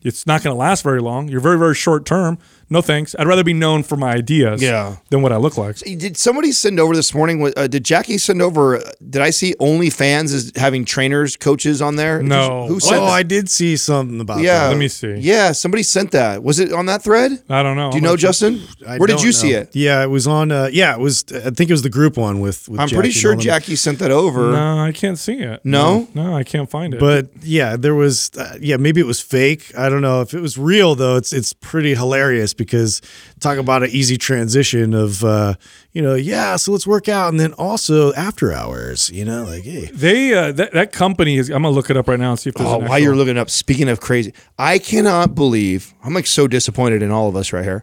Speaker 2: It's not going to last very long. You're very, very short term. No thanks. I'd rather be known for my ideas
Speaker 4: Yeah.
Speaker 2: than what I look like.
Speaker 4: did somebody send over this morning? Uh, did Jackie send over? uh, Did I see OnlyFans is having trainers, coaches on there?
Speaker 2: No.
Speaker 4: who
Speaker 3: Oh,
Speaker 4: sent? that?
Speaker 3: I did see something about
Speaker 4: Yeah.
Speaker 3: yeah.
Speaker 2: Let me see.
Speaker 4: Yeah, somebody sent that. Was it on that thread?
Speaker 2: I don't know.
Speaker 4: Do you
Speaker 2: I'm
Speaker 4: know,
Speaker 2: not sure.
Speaker 4: Justin?
Speaker 3: that. I
Speaker 4: Where did
Speaker 3: don't
Speaker 4: you see
Speaker 3: know.
Speaker 4: it?
Speaker 3: Yeah, it was on. Uh, yeah, it was. I think it was the group one with. with
Speaker 4: I'm
Speaker 3: Jackie
Speaker 4: pretty
Speaker 3: and
Speaker 4: sure
Speaker 3: all them.
Speaker 4: Jackie sent that over.
Speaker 2: No, I can't see it.
Speaker 4: No?
Speaker 2: no, I can't find it.
Speaker 3: But yeah, there was. Uh, yeah, maybe it was fake. I don't know if it was real though. It's it's pretty hilarious because talk about an easy transition of uh, you know yeah. So let's work out and then also after hours. You know, like hey,
Speaker 2: they uh, that that company is. I'm gonna look it up right now and see if there's.
Speaker 4: Oh,
Speaker 2: an
Speaker 4: while
Speaker 2: actual-
Speaker 4: you're looking up, speaking of crazy, I cannot believe I'm like so disappointed in all of us right here.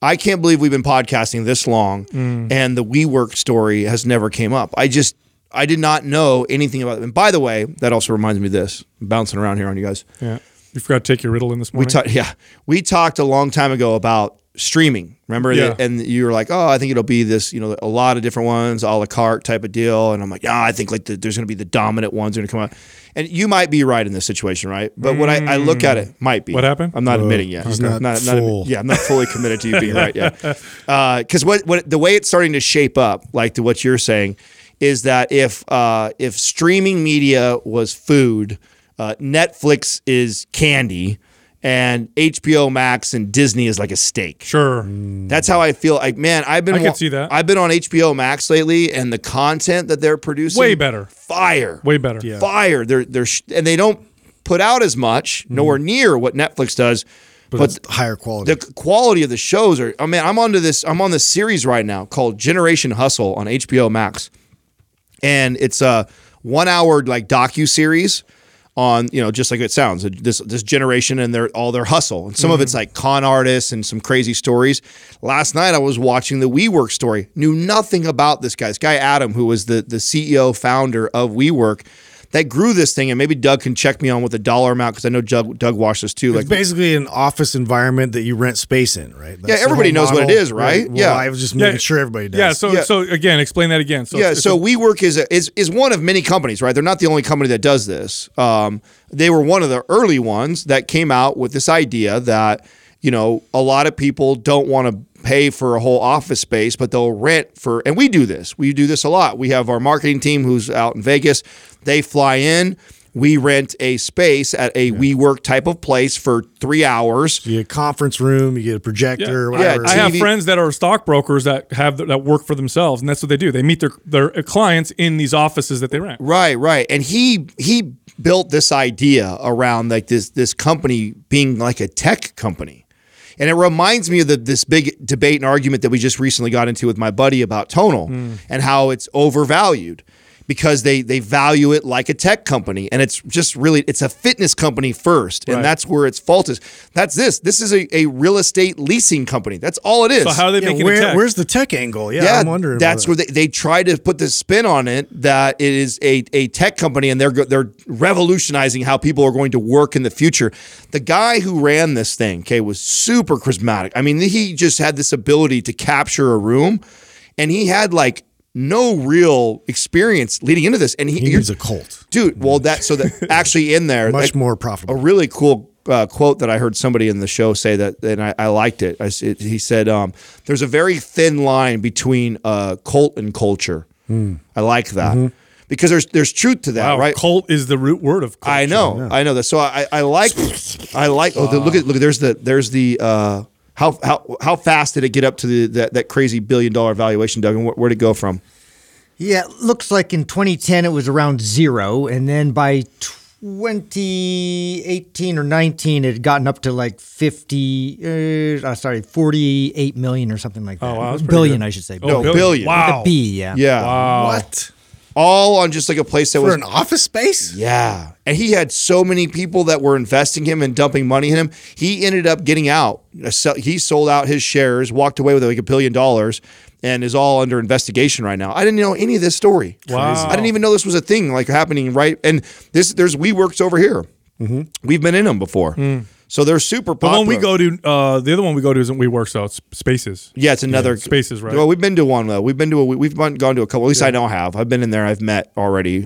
Speaker 4: I can't believe we've been podcasting this long
Speaker 2: Mm.
Speaker 4: and the WeWork story has never came up. I just I did not know anything about it. And by the way, that also reminds me of this. I'm bouncing around here on you guys.
Speaker 2: yeah, you forgot to take your Ritalin this
Speaker 4: We
Speaker 2: morning.
Speaker 4: talked, yeah, we talked a long time ago about streaming. Remember,
Speaker 2: Yeah.
Speaker 4: and you were like, "Oh, I think it'll be this, you know, a lot of different ones, a la carte type of deal." And I'm like, "Yeah, I think like the, there's going to be the dominant ones are going to come out." And you might be right in this situation, right? But when I, I look at it, might be
Speaker 2: Mm. What happened?
Speaker 4: I'm not admitting yet.
Speaker 3: Uh, he's
Speaker 4: Okay.
Speaker 3: not
Speaker 4: admi-
Speaker 3: full.
Speaker 4: yeah, I'm not fully committed to you being right yet. Because what what the way it's starting to shape up, like to what you're saying, is that if uh, if streaming media was food, uh, Netflix is candy, and HBO Max and Disney is like a steak.
Speaker 2: sure.
Speaker 4: That's how I feel. Like man, I've been
Speaker 2: Mm. I could
Speaker 4: wa-
Speaker 2: see that.
Speaker 4: I've been on HBO Max lately, and the content that they're producing
Speaker 2: Way better.
Speaker 4: fire,
Speaker 2: Way better.
Speaker 3: Yeah.
Speaker 4: fire. They're they're sh- and they don't put out as much,
Speaker 2: Mm-hmm.
Speaker 4: nowhere near what Netflix does.
Speaker 3: but,
Speaker 4: but
Speaker 3: it's higher quality.
Speaker 4: the quality of the shows are. I mean, I'm onto this. I'm on this series right now called Generation Hustle on HBO Max, and it's a one hour like docu series on you know just like it sounds uh, this this generation and their all their hustle and some of it's
Speaker 3: Mm-hmm.
Speaker 4: like con artists and some crazy stories. Last night I was watching the WeWork story. Knew nothing about this guy. This guy Adam, who was the the CEO founder E of WeWork. that grew this thing, and maybe Doug can check me on with a dollar amount because I know Doug, Doug watched this too.
Speaker 3: It's
Speaker 4: Like
Speaker 3: basically an office environment that you rent space in, right? That's the
Speaker 4: everybody
Speaker 3: whole
Speaker 4: knows what it is, right?
Speaker 3: Well,
Speaker 4: Yeah.
Speaker 3: I was just making sure everybody does.
Speaker 2: Yeah. So
Speaker 4: Yeah.
Speaker 2: so again, explain that again. So
Speaker 4: yeah,
Speaker 2: it's-
Speaker 4: so WeWork is a, is is one of many companies, right? They're not the only company that does this. Um, they were one of the early ones that came out with this idea that you know a lot of people don't want to pay for a whole office space, but they'll rent for. And we do this. We do this a lot. We have our marketing team who's out in Vegas. They fly in. We rent a space at a WeWork type of place for three hours.
Speaker 3: you get a conference room, you get a projector,
Speaker 2: Yeah.
Speaker 3: whatever.
Speaker 2: I have
Speaker 4: TV
Speaker 2: friends that are stockbrokers that have that work for themselves, and that's what they do. They meet their their clients in these offices that they rent.
Speaker 4: Right, right. And he he built this idea around like this this company being like a tech company. And it reminds me of the, this big debate and argument that we just recently got into with my buddy about Tonal
Speaker 2: Hmm.
Speaker 4: and how it's overvalued because they they value it like a tech company and it's just really it's a fitness company first and that's where its fault is. That's this. This is a, a real estate leasing company. That's all it is.
Speaker 2: So how are they
Speaker 3: Yeah,
Speaker 2: making
Speaker 3: where-
Speaker 2: a tech?
Speaker 3: where's the tech angle? Yeah, I'm wondering.
Speaker 4: That's
Speaker 3: about
Speaker 4: where they, they try to put the spin on it that it is a, a tech company and they're go- they're revolutionizing how people are going to work in the future. The guy who ran this thing, okay, was super charismatic. I mean, he just had this ability to capture a room, and he had like no real experience leading into this. And he,
Speaker 3: He
Speaker 4: you're-
Speaker 3: needs a cult.
Speaker 4: dude. Well, that so that actually in there
Speaker 3: Much
Speaker 4: like,
Speaker 3: more
Speaker 4: a
Speaker 3: profitable.
Speaker 4: really cool uh, quote that I heard somebody in the show say that, and I, I liked it. I s it- He said, um, "There's a very thin line between uh, cult and culture." I like that because there's there's truth to that,
Speaker 2: Hmm. Mm-hmm. Wow,
Speaker 4: right?
Speaker 2: Cult is the root word of. Cult.
Speaker 4: I know, I know that. So I, I like, I like. Oh, the, look at look. There's the there's the uh, how how how fast did it get up to the that, that crazy billion dollar valuation, Doug? And where, where'd it go from?
Speaker 5: Yeah, it looks like in 2010 it was around zero, and then by 2018 or 19 it had gotten up to like 50, uh, uh, sorry, 48 million or something like that.
Speaker 2: Oh, wow, that's pretty
Speaker 5: billion,
Speaker 2: good.
Speaker 5: I should say.
Speaker 2: Oh,
Speaker 4: No, billion.
Speaker 2: Wow.
Speaker 5: With a B, yeah.
Speaker 4: Yeah,
Speaker 3: What
Speaker 4: all on just like a place that
Speaker 3: for
Speaker 4: was
Speaker 3: an office space?
Speaker 4: Yeah. And he had so many people that were investing him and dumping money in him. He ended up getting out. So- He sold out his shares, walked away with like a billion dollars, and is all under investigation right now. I didn't know any of this story.
Speaker 2: Wow.
Speaker 4: I didn't even know this was a thing like happening right. And this there's WeWorks over here.
Speaker 2: Mm-hmm.
Speaker 4: We've been in them before. So they're super
Speaker 2: The
Speaker 4: popular.
Speaker 2: one Mm. we go to, uh, the other one we go to isn't WeWork, so it's Spaces.
Speaker 4: Yeah, it's another
Speaker 2: Spaces, right?
Speaker 4: Well, we've been to one though. We've been to a, we've gone gone to a couple. At least I know I have. I've been in there. I've met already.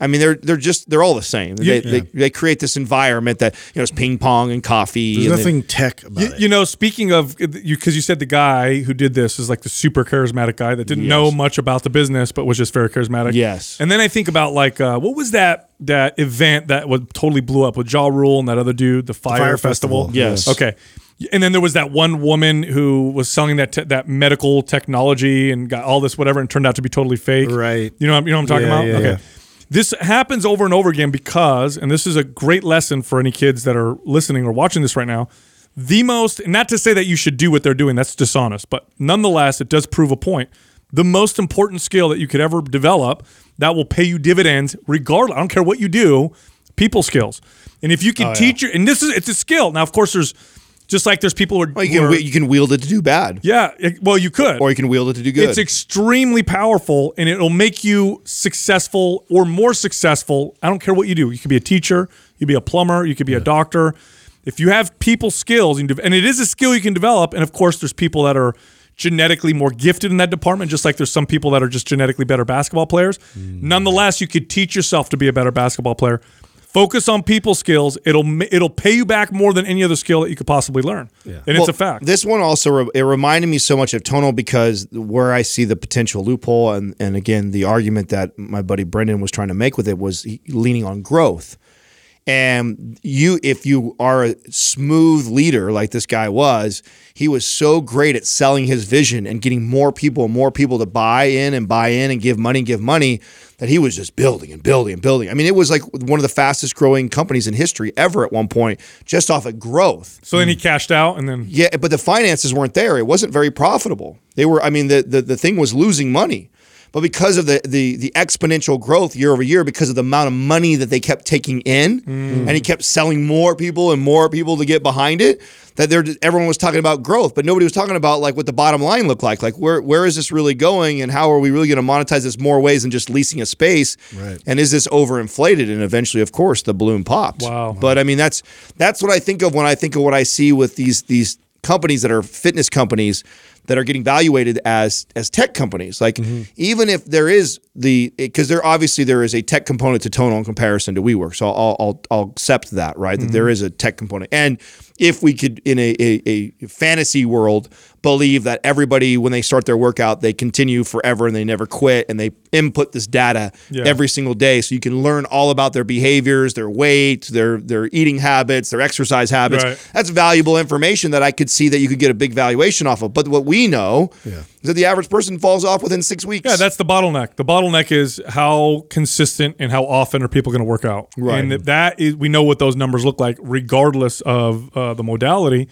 Speaker 4: I mean, they're they're just they're all the same. They, they, they create this environment that you know it's ping pong and coffee.
Speaker 3: There's
Speaker 4: and
Speaker 3: nothing tech about
Speaker 2: You,
Speaker 3: it.
Speaker 2: you know, speaking of you, because you said the guy who did this is like the super charismatic guy that didn't know much about the business, but was just very charismatic.
Speaker 4: Yes.
Speaker 2: And then I think about like uh, what was that that event that was totally blew up with Jaw Rule and that other dude, the Fire,
Speaker 3: Fire
Speaker 2: Festival.
Speaker 3: Festival.
Speaker 4: Yes.
Speaker 2: Okay. And then there was that one woman who was selling that te- that medical technology and got all this whatever and turned out to be totally fake.
Speaker 3: Right.
Speaker 2: You know what, you know what I'm talking
Speaker 3: Yeah,
Speaker 2: about?
Speaker 3: yeah,
Speaker 2: okay.
Speaker 3: yeah.
Speaker 2: This happens over and over again because, and this is a great lesson for any kids that are listening or watching this right now. The most, not to say that you should do what they're doing, that's dishonest, but nonetheless, it does prove a point. The most important skill that you could ever develop that will pay you dividends, regardless, I don't care what you do, people skills. And if you
Speaker 4: Oh,
Speaker 2: can teach your, and this is, it's a skill. Now, of course, there's just like there's people who are,
Speaker 4: Well, you can
Speaker 2: who are-
Speaker 4: whe- you can wield it to do bad,
Speaker 2: yeah, it- well, you could.
Speaker 4: or you can wield it to do good.
Speaker 2: It's extremely powerful and it'll make you successful or more successful. I don't care what you do. You could be a teacher, you could be a plumber, you could be a doctor. If you have people skills, you can de- and it is a skill you can develop. And of course, there's people that are genetically more gifted in that department, just like there's some people that are just genetically better basketball players.
Speaker 4: Mm.
Speaker 2: Nonetheless, you could teach yourself to be a better basketball player. Focus on people skills. It'll ma- it'll pay you back more than any other skill that you could possibly learn. And it's a
Speaker 4: Well,
Speaker 2: fact.
Speaker 4: This one also re- it reminded me so much of Tonal because where I see the potential loophole and and again the argument that my buddy Brendan was trying to make with it was he- leaning on growth. And you, if you are a smooth leader like this guy was, he was so great at selling his vision and getting more people and more people to buy in and buy in and give money and give money that he was just building and building and building. I mean, it was like one of the fastest growing companies in history ever at one point, just off of growth.
Speaker 2: so then he cashed out and then
Speaker 4: Yeah, but the finances weren't there. It wasn't very profitable. They were. I mean, the the, the thing was losing money. But because of the the the exponential growth year over year, because of the amount of money that they kept taking in, and he kept selling more people and more people to get behind it, that there everyone was talking about growth, but nobody was talking about like what the bottom line looked like. Like where where is this really going, and how are we really going to monetize this more ways than just leasing a space?
Speaker 3: Right.
Speaker 4: And is this overinflated? And eventually, of course, the balloon popped.
Speaker 2: Wow.
Speaker 4: But I mean, that's that's what I think of when I think of what I see with these these companies that are fitness companies that are getting valuated as as tech companies. Like
Speaker 2: Mm-hmm.
Speaker 4: even if there is the because there obviously there is a tech component to Tonal in comparison to WeWork, so I'll I'll, I'll accept that right that
Speaker 2: Mm-hmm.
Speaker 4: there is a tech component. And if we could in a, a, a fantasy world believe that everybody when they start their workout they continue forever and they never quit and they input this data
Speaker 2: Yeah.
Speaker 4: every single day so you can learn all about their behaviors their weight their their eating habits their exercise habits
Speaker 2: Right.
Speaker 4: that's valuable information that I could see that you could get a big valuation off of. But what we know is that the average person falls off within six weeks.
Speaker 2: Yeah, that's the bottleneck. The bottleneck is how consistent and how often are people going to work out.
Speaker 4: Right.
Speaker 2: And that, that is, we know what those numbers look like, regardless of uh, the modality,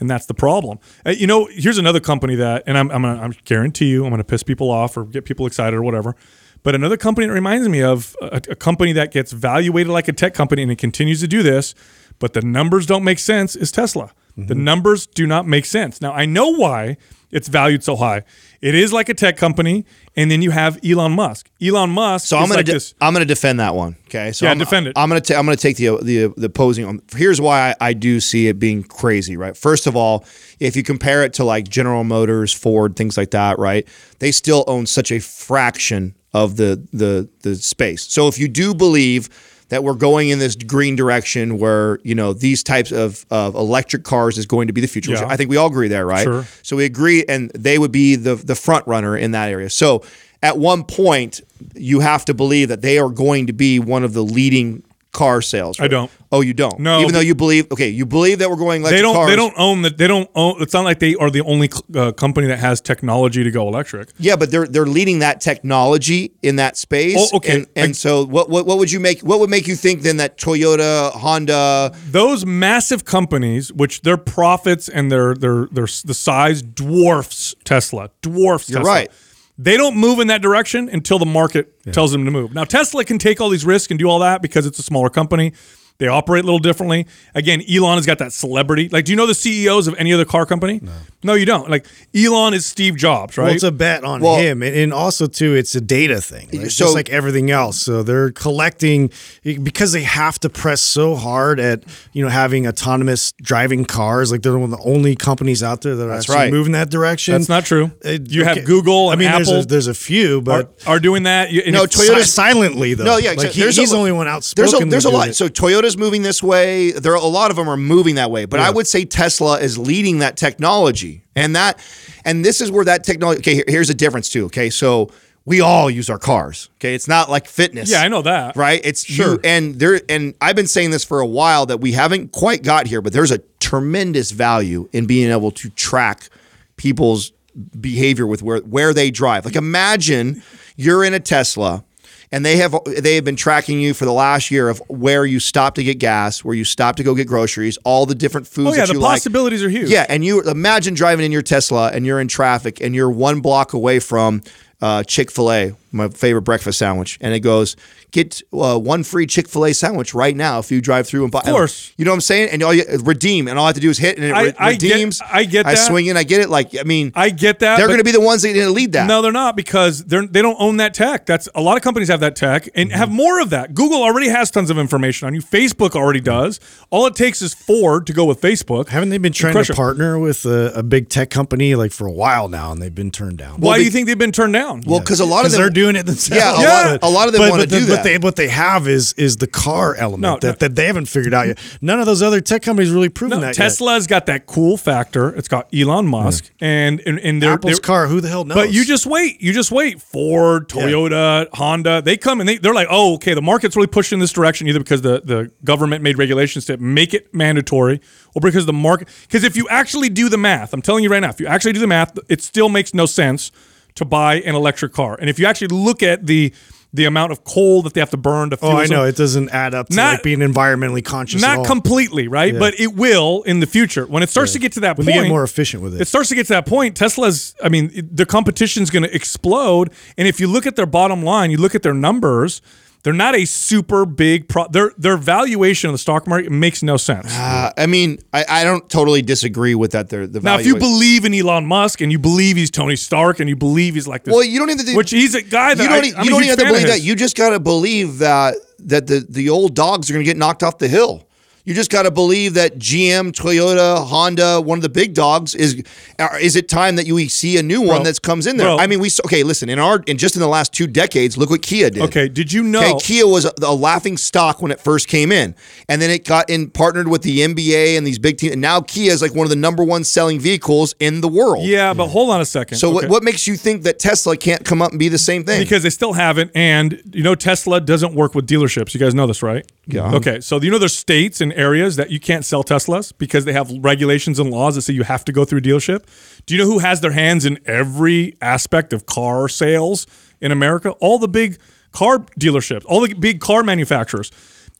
Speaker 2: and that's the problem. Uh, you know, here's another company that, and I'm, I'm, gonna, I'm guarantee you, I'm going to piss people off or get people excited or whatever. But another company that reminds me of a, a company that gets valuated like a tech company and it continues to do this, but the numbers don't make sense is Tesla. The
Speaker 4: Mm-hmm.
Speaker 2: numbers do not make sense. Now, I know why it's valued so high. It is like a tech company, and then you have Elon Musk. Elon Musk
Speaker 4: So
Speaker 2: is
Speaker 4: I'm gonna
Speaker 2: like
Speaker 4: de-
Speaker 2: this.
Speaker 4: I'm gonna defend that one. Okay, so
Speaker 2: Yeah,
Speaker 4: I'm,
Speaker 2: defend it.
Speaker 4: I'm gonna ta- I'm gonna take the the the opposing. Um, here's why I, I do see it being crazy. Right, first of all, if you compare it to like General Motors, Ford, things like that, right, they still own such a fraction of the the the space. So if you do believe that we're going in this green direction where you know these types of, of electric cars is going to be the future. which
Speaker 2: Yeah.
Speaker 4: I think we all agree there, right?
Speaker 2: Sure.
Speaker 4: So we agree, and they would be the the front runner in that area. So at one point, you have to believe that they are going to be one of the leading car sales.
Speaker 2: I don't.
Speaker 4: Oh, you don't.
Speaker 2: No.
Speaker 4: Even though you believe, okay, you believe that we're going electric
Speaker 2: They don't.
Speaker 4: cars.
Speaker 2: They don't own the. They don't own. It's not like they are the only uh, company that has technology to go electric.
Speaker 4: Yeah, but they're they're leading that technology in that space.
Speaker 2: Oh, okay.
Speaker 4: And, and
Speaker 2: I-
Speaker 4: so, what, what what would you make? What would make you think then that Toyota, Honda,
Speaker 2: Those massive companies, which their profits and their their their s- the size dwarfs Tesla, dwarfs. You're Tesla.
Speaker 4: right.
Speaker 2: They don't move in that direction until the market tells them to move. Now Tesla can take all these risks and do all that because it's a smaller company. They operate a little differently. Again, Elon has got that celebrity. Like, do you know the CEOs of any other car company? No, you don't. Like, Elon is Steve Jobs, right?
Speaker 3: Well, it's a bet on
Speaker 4: Well-
Speaker 3: him, and, and also too, it's a data thing, right?
Speaker 4: So-
Speaker 3: just like everything else. So they're collecting because they have to press so hard at you know having autonomous driving cars. Like they're one of the only companies out there that are actually
Speaker 4: right.
Speaker 3: moving that direction.
Speaker 2: That's not true.
Speaker 3: It-
Speaker 2: You have
Speaker 3: okay.
Speaker 2: Google
Speaker 3: I
Speaker 2: and
Speaker 3: mean,
Speaker 2: Apple
Speaker 3: There's a, there's a few,
Speaker 2: are,
Speaker 3: but
Speaker 2: are doing that. You- and
Speaker 4: No,
Speaker 2: if-
Speaker 4: Toyota- Toyota's-
Speaker 3: si- silently though.
Speaker 4: No, yeah,
Speaker 3: like,
Speaker 4: exactly.
Speaker 3: he-
Speaker 4: There's a
Speaker 3: he's the
Speaker 4: lo-
Speaker 3: only one
Speaker 4: There's
Speaker 3: outspoken.
Speaker 4: a, there's a
Speaker 3: that
Speaker 4: lot.
Speaker 3: did it.
Speaker 4: So Toyota's moving this way. There are a lot of them are moving that way, but I would say Tesla is leading that technology, and that, and this is where that technology. Okay, here- here's the difference too. Okay, so we all use our cars. Okay, it's not like fitness.
Speaker 2: Yeah, I know that.
Speaker 4: Right? It's you and there and I've been saying this for a while that we haven't quite got here, but there's a tremendous value in being able to track people's behavior with where where they drive. Like imagine you're in a Tesla and they have they have been tracking you for the last year of where you stop to get gas, where you stop to go get groceries, all the different foods
Speaker 2: Oh, yeah,
Speaker 4: that
Speaker 2: the
Speaker 4: you like.
Speaker 2: possibilities are huge.
Speaker 4: Yeah, and you imagine driving in your Tesla and you're in traffic and you're one block away from uh, Chick fil A, my favorite breakfast sandwich. And it goes, get uh, one free Chick fil A sandwich right now if you drive through and buy. Of
Speaker 2: course.
Speaker 4: You know what I'm saying? And all you redeem, and all I have to do is hit and it
Speaker 2: I-
Speaker 4: re-
Speaker 2: I get-
Speaker 4: redeems.
Speaker 2: I get
Speaker 4: I
Speaker 2: that.
Speaker 4: swing in, I get it. Like, I mean,
Speaker 2: I get that.
Speaker 4: they're
Speaker 2: but-
Speaker 4: going to be the ones that are going to lead that.
Speaker 2: No, they're not because they're they don't own that tech. That's a lot of companies have that tech and have more of that. Google already has tons of information on you. Facebook already does. All it takes is Ford to go with Facebook.
Speaker 3: Haven't they been trying
Speaker 2: Crush
Speaker 3: to
Speaker 2: it.
Speaker 3: partner with a, a big tech company like for a while now, and they've been turned down?
Speaker 2: Why do you think they've been turned down?
Speaker 4: Well, because a lot of
Speaker 3: because
Speaker 4: them
Speaker 3: they're doing it themselves.
Speaker 4: Yeah, a
Speaker 2: lot of-
Speaker 4: a lot of them
Speaker 3: But-
Speaker 4: wanna
Speaker 3: but the-
Speaker 4: do that.
Speaker 3: But they, what they have is is the car element
Speaker 2: No,
Speaker 3: that, that they haven't figured out yet. None of those other tech companies really proven
Speaker 2: No,
Speaker 3: that.
Speaker 2: Tesla's got that cool factor. It's got Elon Musk and and, and
Speaker 3: yet.
Speaker 2: they're,
Speaker 3: Apple's
Speaker 2: they're-
Speaker 3: car. Who the hell knows?
Speaker 2: But you just wait. You just wait. Ford, Toyota, Honda, they come and they, they're like, oh, okay, the market's really pushed in this direction, either because the, the government made regulations to make it mandatory or because the market. Because if you actually do the math, I'm telling you right now, if you actually do the math, it still makes no sense to buy an electric car. And if you actually look at the the the amount of coal that they have to burn to fuel.
Speaker 3: Oh, I know.
Speaker 2: some-
Speaker 3: It doesn't add up to
Speaker 2: Not-
Speaker 3: like being environmentally conscious. at
Speaker 2: Not
Speaker 3: all.
Speaker 2: completely, right? But it will in the future when it starts to get to that
Speaker 3: When
Speaker 2: point.
Speaker 3: they get more efficient with it.
Speaker 2: it starts to get to that point. Tesla's, I mean, it- the competition's going to explode. And if you look at their bottom line, you look at their numbers. They're not a super big pro. Their their valuation of the stock market makes no sense.
Speaker 4: Uh, I mean, I, I don't totally disagree with that. They're, the
Speaker 2: now, if you
Speaker 4: valuation-
Speaker 2: believe in Elon Musk and you believe he's Tony Stark and you believe he's like this,
Speaker 4: Well, you don't even think-
Speaker 2: which he's a guy that
Speaker 4: you don't,
Speaker 2: I,
Speaker 4: e-
Speaker 2: I'm a
Speaker 4: you don't
Speaker 2: huge
Speaker 4: even have to
Speaker 2: fan of
Speaker 4: believe that.
Speaker 2: his.
Speaker 4: You just got to believe that that the the old dogs are going to get knocked off the hill. You just got to believe that GM, Toyota, Honda, one of the big dogs is are- is it time that you e-, see a new one
Speaker 2: Bro.
Speaker 4: that comes in there?
Speaker 2: Bro.
Speaker 4: I mean, we s- okay, listen, in our in just in the last two decades, look what Kia did.
Speaker 2: Okay, did you know-
Speaker 4: Okay, Kia was a, a laughing stock when it first came in, and then it got in partnered with the NBA and these big teams, and now Kia is like one of the number one selling vehicles in the world.
Speaker 2: yeah, but hold on a second.
Speaker 4: So
Speaker 2: Okay.
Speaker 4: what, what makes you think that Tesla can't come up and be the same thing?
Speaker 2: because they still haven't. And you know, Tesla doesn't work with dealerships. You guys know this, right? Yeah. Okay. So you know, there's states and areas that you can't sell Teslas because they have regulations and laws that say you have to go through a dealership. Do you know who has their hands in every aspect of car sales in America? All the big car dealerships, all the big car manufacturers.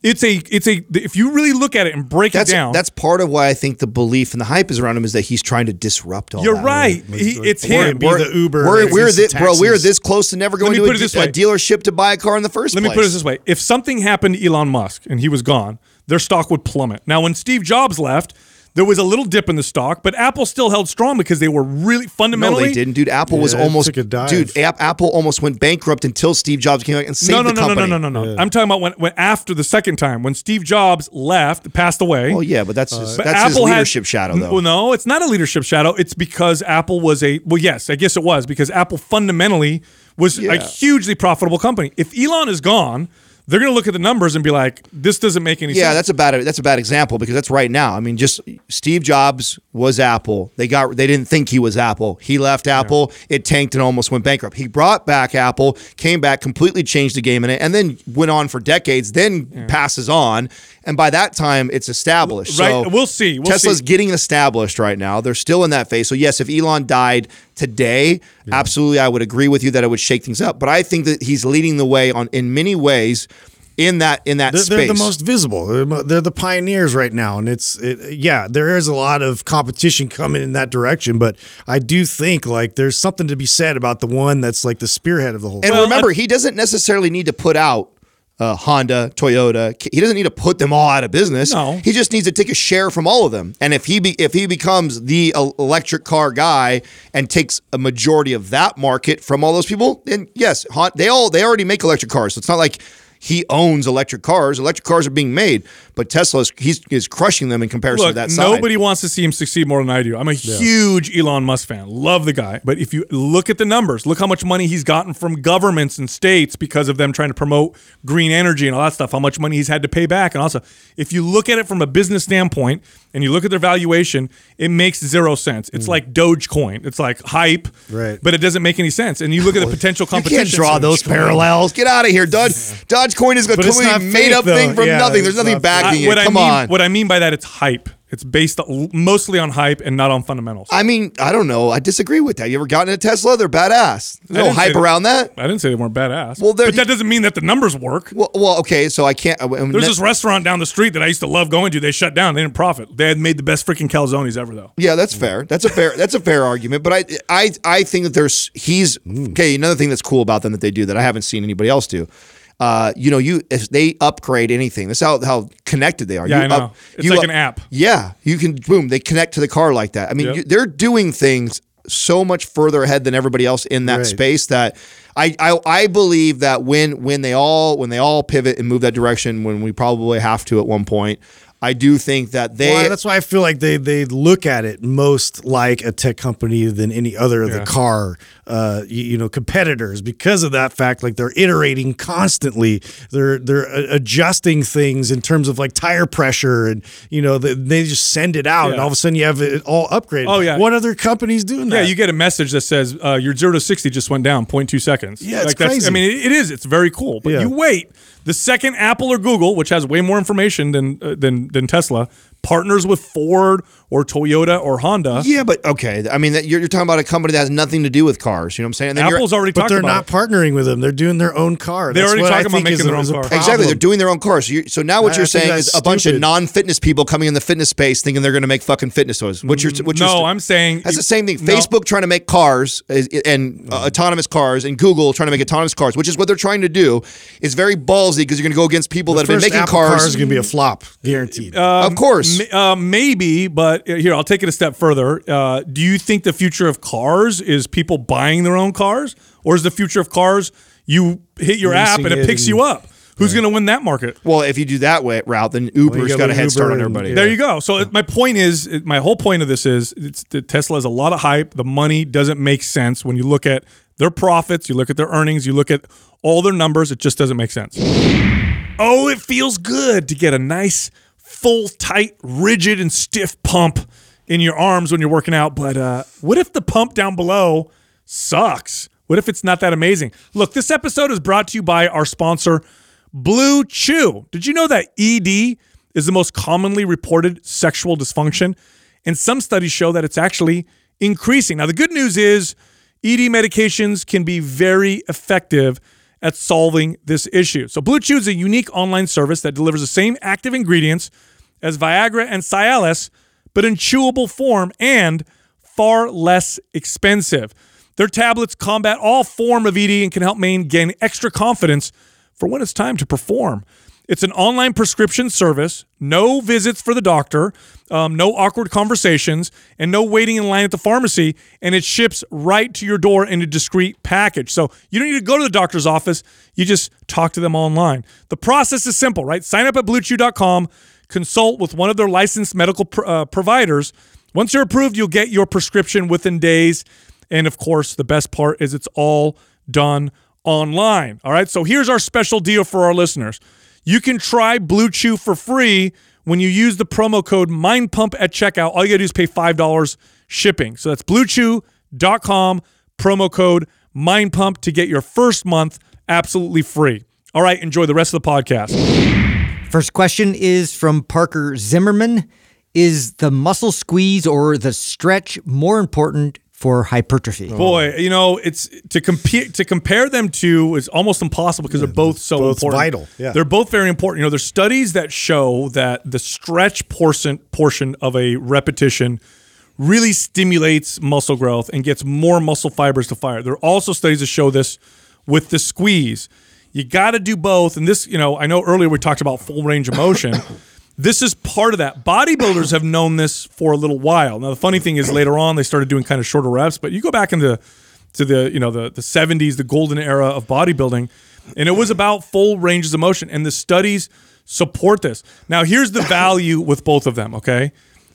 Speaker 2: It's a, it's a. If you really look at it and break
Speaker 4: that's
Speaker 2: it down,
Speaker 4: that's part of why I think the belief and the hype is around him is that he's trying to disrupt all.
Speaker 2: you're
Speaker 4: that.
Speaker 2: right. He, it's
Speaker 3: Or
Speaker 2: him.
Speaker 3: be the Uber.
Speaker 4: We're,
Speaker 3: or
Speaker 4: we're
Speaker 3: fix the
Speaker 4: this, bro. We're
Speaker 3: taxis.
Speaker 4: this close to never going
Speaker 2: me
Speaker 4: to
Speaker 2: put
Speaker 4: a,
Speaker 2: it this
Speaker 4: de- a
Speaker 2: way.
Speaker 4: dealership to buy a car in the first
Speaker 2: Let
Speaker 4: place.
Speaker 2: me put it this way: if something happened to Elon Musk and he was gone, their stock would plummet. Now, when Steve Jobs left, there was a little dip in the stock, but Apple still held strong because they were really
Speaker 4: No,
Speaker 2: fundamentally.
Speaker 4: they didn't, dude. Apple was
Speaker 3: Yeah, it
Speaker 4: almost
Speaker 3: took a dive.
Speaker 4: dude. App, Apple almost went bankrupt until Steve Jobs came back and saved
Speaker 2: No, no,
Speaker 4: the
Speaker 2: no, no,
Speaker 4: company.
Speaker 2: no, no, no, no. I'm talking about when, when after the second time when Steve Jobs left, passed away.
Speaker 4: Well, yeah, but that's his,
Speaker 2: Uh, But
Speaker 4: that's his
Speaker 2: had-
Speaker 4: leadership shadow,
Speaker 2: N-
Speaker 4: though.
Speaker 2: Well, no, it's not a leadership shadow. It's because Apple was a well, yes, I guess it was because Apple fundamentally was a
Speaker 4: Yeah.
Speaker 2: hugely profitable company. If Elon is gone, they're going to look at the numbers and be like, "This doesn't make any
Speaker 4: Yeah,
Speaker 2: sense."
Speaker 4: that's a bad that's a bad example because that's right now. I mean, just Steve Jobs was Apple. They got they didn't think he was Apple. He left Apple. It tanked and almost went bankrupt. He brought back Apple, came back, completely changed the game in it, and then went on for decades. Then passes on, and by that time it's established.
Speaker 2: Right,
Speaker 4: So
Speaker 2: we'll see, we'll
Speaker 4: Tesla's
Speaker 2: see.
Speaker 4: getting established right now. They're still in that phase. So yes, if Elon died today, absolutely, I would agree with you that it would shake things up. But I think that he's leading the way on in many ways. In that in that
Speaker 3: They're,
Speaker 4: space,
Speaker 3: they're the most visible. They're, mo- they're the pioneers right now, and it's it, yeah. There is a lot of competition coming in that direction, but I do think like there's something to be said about the one that's like the spearhead of the whole.
Speaker 4: And
Speaker 3: thing.
Speaker 4: remember, he doesn't necessarily need to put out uh, Honda, Toyota. Ki- He doesn't need to put them all out of business.
Speaker 2: No.
Speaker 4: he just needs to take a share from all of them. And if he be, if he becomes the el- electric car guy and takes a majority of that market from all those people, then yes, Hon- they all they already make electric cars. So it's not like he owns electric cars. Electric cars are being made, but Tesla's he's is crushing them in comparison
Speaker 2: Look,
Speaker 4: to that side.
Speaker 2: nobody wants to see him succeed more than I do. I'm a huge Elon Musk fan. Love the guy. But if you look at the numbers, look how much money he's gotten from governments and states because of them trying to promote green energy and all that stuff, how much money he's had to pay back. And also, if you look at it from a business standpoint and you look at their valuation, it makes zero sense.
Speaker 4: Hmm.
Speaker 2: It's like Dogecoin. It's like hype,
Speaker 3: Right.
Speaker 2: but it doesn't make any sense. And you look at the potential
Speaker 4: You
Speaker 2: competition.
Speaker 4: can't draw those parallels. Get out of here, Dodge. Dogecoin is a
Speaker 3: But it's not
Speaker 4: completely made
Speaker 3: fake,
Speaker 4: up
Speaker 3: though.
Speaker 4: thing from
Speaker 3: Yeah,
Speaker 4: nothing.
Speaker 3: it's
Speaker 4: There's nothing
Speaker 3: not fake.
Speaker 4: backing
Speaker 2: I- what
Speaker 4: it. Come
Speaker 2: I mean,
Speaker 4: on.
Speaker 2: What I mean by that, it's hype. It's based on, mostly on hype and not on fundamentals.
Speaker 4: I mean, I don't know. I disagree with that. You ever gotten a Tesla? They're badass. There's
Speaker 2: I
Speaker 4: no
Speaker 2: didn't say
Speaker 4: hype
Speaker 2: that.
Speaker 4: around that.
Speaker 2: I didn't say they weren't badass.
Speaker 4: Well,
Speaker 2: Well,
Speaker 4: they're-
Speaker 2: but that doesn't mean that the numbers work.
Speaker 4: Well, well, okay. So I can't. uh, I- I'm
Speaker 2: There's
Speaker 4: ne-
Speaker 2: this restaurant down the street that I used to love going to. They shut down. They didn't profit. They had made the best freaking calzones ever, though.
Speaker 4: yeah, that's fair. That's a fair. That's a fair argument. But I, I, I think that there's he's okay. Another thing that's cool about them that they do that I haven't seen anybody else do. Uh, you know, you if they upgrade anything, that's how how connected they are.
Speaker 2: Yeah,
Speaker 4: you
Speaker 2: I know. It's like an app.
Speaker 4: Yeah, you can boom. They connect to the car like that. I mean,
Speaker 2: Yep.
Speaker 4: you, they're doing things so much further ahead than everybody else in that
Speaker 3: Right.
Speaker 4: space that I, I I believe that when when they all when they all pivot and move that direction, when we probably have to at one point, I do think that they
Speaker 3: Well, that's why I feel like they they look at it most like a tech company than any other of
Speaker 2: Yeah.
Speaker 3: the car, uh, y- you, know, competitors because of that fact. Like they're iterating constantly, they're they're a- adjusting things in terms of like tire pressure, and you know they, they just send it out, and
Speaker 2: Yeah.
Speaker 3: all of a sudden you have it all upgraded.
Speaker 2: Oh, yeah.
Speaker 3: what other companies doing
Speaker 2: Yeah,
Speaker 3: that?
Speaker 2: you get a message that says uh, your zero to sixty just went down 0.2 seconds.
Speaker 3: Yeah, it's crazy.
Speaker 2: I mean, it, it is. It's very cool. But
Speaker 3: Yeah.
Speaker 2: you wait. The second Apple or Google, which has way more information than uh, than than Tesla, partners with Ford or Toyota or Honda.
Speaker 4: Yeah, but okay. I mean, that, you're, you're talking about a company that has nothing to do with cars. You know what I'm saying? And you're-
Speaker 2: Apple's already
Speaker 3: But
Speaker 2: talking
Speaker 3: they're
Speaker 2: about
Speaker 3: not
Speaker 2: it.
Speaker 3: partnering with them. They're doing their own car.
Speaker 2: They're
Speaker 3: That's
Speaker 2: already
Speaker 3: what I
Speaker 2: talking about
Speaker 3: think is
Speaker 2: making
Speaker 3: a-
Speaker 2: their own
Speaker 3: is a
Speaker 2: car.
Speaker 3: problem.
Speaker 4: Exactly, they're doing their own cars. So, you so now what
Speaker 3: I
Speaker 4: you're
Speaker 3: think
Speaker 4: saying
Speaker 3: that's
Speaker 4: is a bunch of
Speaker 3: stupid.
Speaker 4: non-fitness people coming in the fitness space thinking they're going to make fucking fitness toys. What you're, what you're
Speaker 2: No, I'm saying
Speaker 4: that's the same thing.
Speaker 2: No.
Speaker 4: Facebook trying to make cars is- and uh, autonomous cars, and Google trying to make autonomous cars, which is what they're trying to do. Is very ballsy because you're going to go against people that have been
Speaker 3: First
Speaker 4: making
Speaker 3: Apple
Speaker 4: cars.
Speaker 3: car is going to be a flop,
Speaker 2: Uh,
Speaker 3: guaranteed.
Speaker 4: of course,
Speaker 2: M- uh, maybe, but uh, here I'll take it a step further. Uh, do you think the future of cars is people buying their own cars, or is the future of cars you hit your app
Speaker 3: Leasing
Speaker 2: and it,
Speaker 3: it
Speaker 2: picks
Speaker 3: and-
Speaker 2: you up? Who's going to win that market?
Speaker 4: well, if you do that way route, then Uber's
Speaker 3: gotta
Speaker 4: got a
Speaker 3: go
Speaker 4: head
Speaker 3: Uber
Speaker 4: start on
Speaker 3: and-
Speaker 4: everybody.
Speaker 2: There you go. So it- my point is, it- my whole point of this is, it's, that Tesla has a lot of hype. The money doesn't make sense when you look at their profits, you look at their earnings, you look at all their numbers. It just doesn't make sense. Oh, it feels good to get a nice, full, tight, rigid, and stiff pump in your arms when you're working out. But uh, what if the pump down below sucks? What if it's not that amazing? Look, this episode is brought to you by our sponsor, Blue Chew. Did you know that ED is the most commonly reported sexual dysfunction? And some studies show that it's actually increasing. Now, the good news is ED E medications can be very effective at solving this issue. So, Blue Chew is a unique online service that delivers the same active ingredients as Viagra and Cialis, but in chewable form and far less expensive. Their tablets combat all form of ED and can help Maine gain extra confidence for when it's time to perform. It's an online prescription service, no visits for the doctor, um, no awkward conversations, and no waiting in line at the pharmacy. And it ships right to your door in a discreet package. So you don't need to go to the doctor's office. You just talk to them online. The process is simple, right? Sign up at bluechew.com, consult with one of their licensed medical pr- uh, providers. Once you're approved, you'll get your prescription within days. And of course, the best part is it's all done online. All right. So here's our special deal for our listeners. You can try Blue Chew for free when you use the promo code MindPump at checkout. All you gotta do is pay $5 shipping. So that's bluechew.com, promo code MindPump to get your first month absolutely free. All right, enjoy the rest of the podcast.
Speaker 5: First question is from Parker Zimmerman. Is the muscle squeeze or the stretch more important for hypertrophy?
Speaker 2: Boy, you know, it's to compete to compare them to is almost impossible because they're both so
Speaker 3: both
Speaker 2: important.
Speaker 3: vital, yeah.
Speaker 2: They're both very important. You know, there's studies that show that the stretch portion portion of a repetition really stimulates muscle growth and gets more muscle fibers to fire. There are also studies that show this with the squeeze. You got to do both. And this, you know, I know earlier we talked about full range of motion. this is part of that. Bodybuilders have known this for a little while. Now the funny thing is later on they started doing kind of shorter reps, but you go back into to the, you know, the the 70s, the golden era of bodybuilding, and it was about full ranges of motion and the studies support this. Now here's the value with both of them, okay?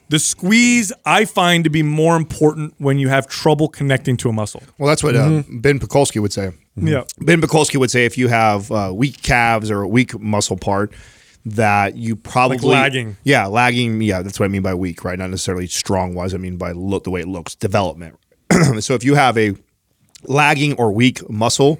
Speaker 2: The squeeze I find to be more important when you have trouble connecting to a muscle.
Speaker 4: Well, that's what uh,
Speaker 3: Mm-hmm.
Speaker 4: Ben Pekulski would say.
Speaker 2: Yeah.
Speaker 4: Ben Pekulski would say if you have uh, weak calves or a weak muscle part, that you probably
Speaker 2: lagging.
Speaker 4: Yeah, lagging. Yeah, that's what I mean by weak, right? Not necessarily strong wise. I mean by look the way it looks, development. so if you have a lagging or weak muscle,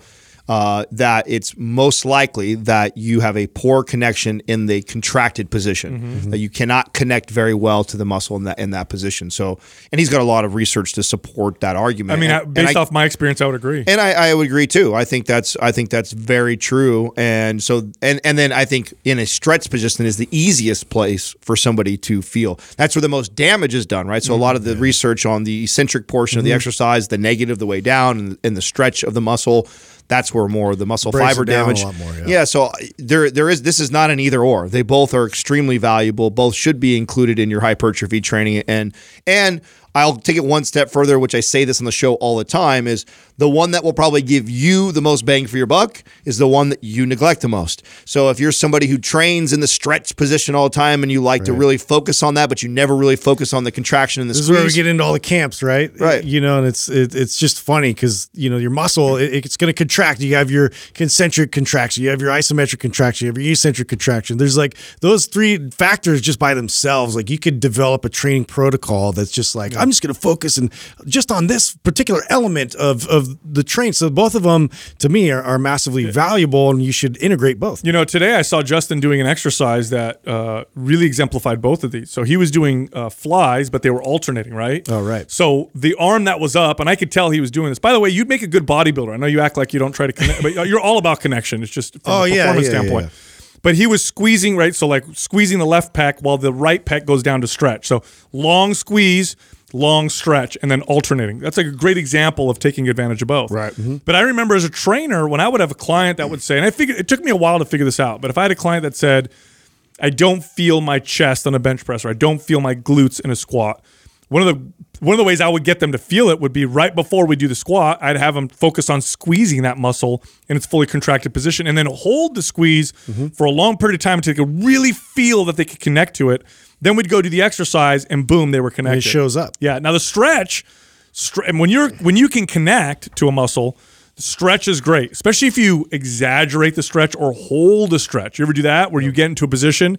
Speaker 4: uh, that it's most likely that you have a poor connection in the contracted position
Speaker 2: Mm-hmm.
Speaker 4: that you cannot connect very well to the muscle in that in that position. So, and he's got a lot of research to support that
Speaker 2: I
Speaker 4: argument.
Speaker 2: mean,
Speaker 4: And-
Speaker 2: I,
Speaker 4: and
Speaker 2: based
Speaker 4: I-
Speaker 2: off my experience, I would agree.
Speaker 4: and I, I would agree too. I think that's I think that's very true. And so and and then I think in a stretch position is the easiest place for somebody to feel. That's where the most damage is done, right? So a lot of the
Speaker 3: Mm-hmm.
Speaker 4: research on the eccentric portion of the exercise, the negative, the way down, and, and the stretch of the muscle. That's where more of the muscle
Speaker 3: Breaks
Speaker 4: fiber
Speaker 3: it down a
Speaker 4: damage.
Speaker 3: lot more, yeah.
Speaker 4: yeah, so I- there there is this is not an either or. They both are extremely valuable. Both should be included in your hypertrophy training and and I'll take it one step further, which I say this on the show all the time is the one that will probably give you the most bang for your buck is the one that you neglect the most. So if you're somebody who trains in the stretch position all the time and you like to really focus on that, but you never really focus on the contraction and the
Speaker 3: This is where we
Speaker 4: squeeze,
Speaker 3: get into all the camps, right?
Speaker 4: Right.
Speaker 3: You know, and it's it, it's just funny because you know your muscle it, it's going to contract. You have your concentric contraction, you have your isometric contraction, you have your eccentric contraction. There's like those three factors just by themselves. Like you could develop a training protocol that's just like I'm just going to focus and just on this particular element of of the train. So both of them to me are, are massively valuable, and you should integrate both.
Speaker 2: You know, today I saw Justin doing an exercise that uh, really exemplified both of these. So he was doing uh, flies, but they were alternating, right?
Speaker 3: Oh, right.
Speaker 2: So the arm that was up, and I could tell he was doing this. By the way, you'd make a good bodybuilder. I know you act like you don't try to connect, but you're all about connection. It's just from
Speaker 3: Oh,
Speaker 2: a
Speaker 3: yeah,
Speaker 2: performance
Speaker 3: yeah, yeah,
Speaker 2: standpoint.
Speaker 3: yeah.
Speaker 2: But he was squeezing, right? So like squeezing the left pec while the right pec goes down to stretch. So long squeeze, long stretch, and then alternating. That's like a great example of taking advantage of both.
Speaker 3: Right. Mhm.
Speaker 2: But I remember as a trainer when I would have a client that would say, and I figured it took me a while to figure this out, but if I had a client that said, I don't feel my chest on a bench press or I don't feel my glutes in a squat. One of the one of the ways I would get them to feel it would be right before we do the squat, I'd have them focus on squeezing that muscle in its fully contracted position and then hold the squeeze
Speaker 3: Mm-hmm.
Speaker 2: for a long period of time until they could really feel that they could connect to it. Then we'd go do the exercise and boom, they were connected.
Speaker 3: shows up.
Speaker 2: Yeah. Now the stretch, stre- and when you're when you can connect to a muscle, stretch is great, especially if you exaggerate the stretch or hold a stretch. You ever do that where you get into a position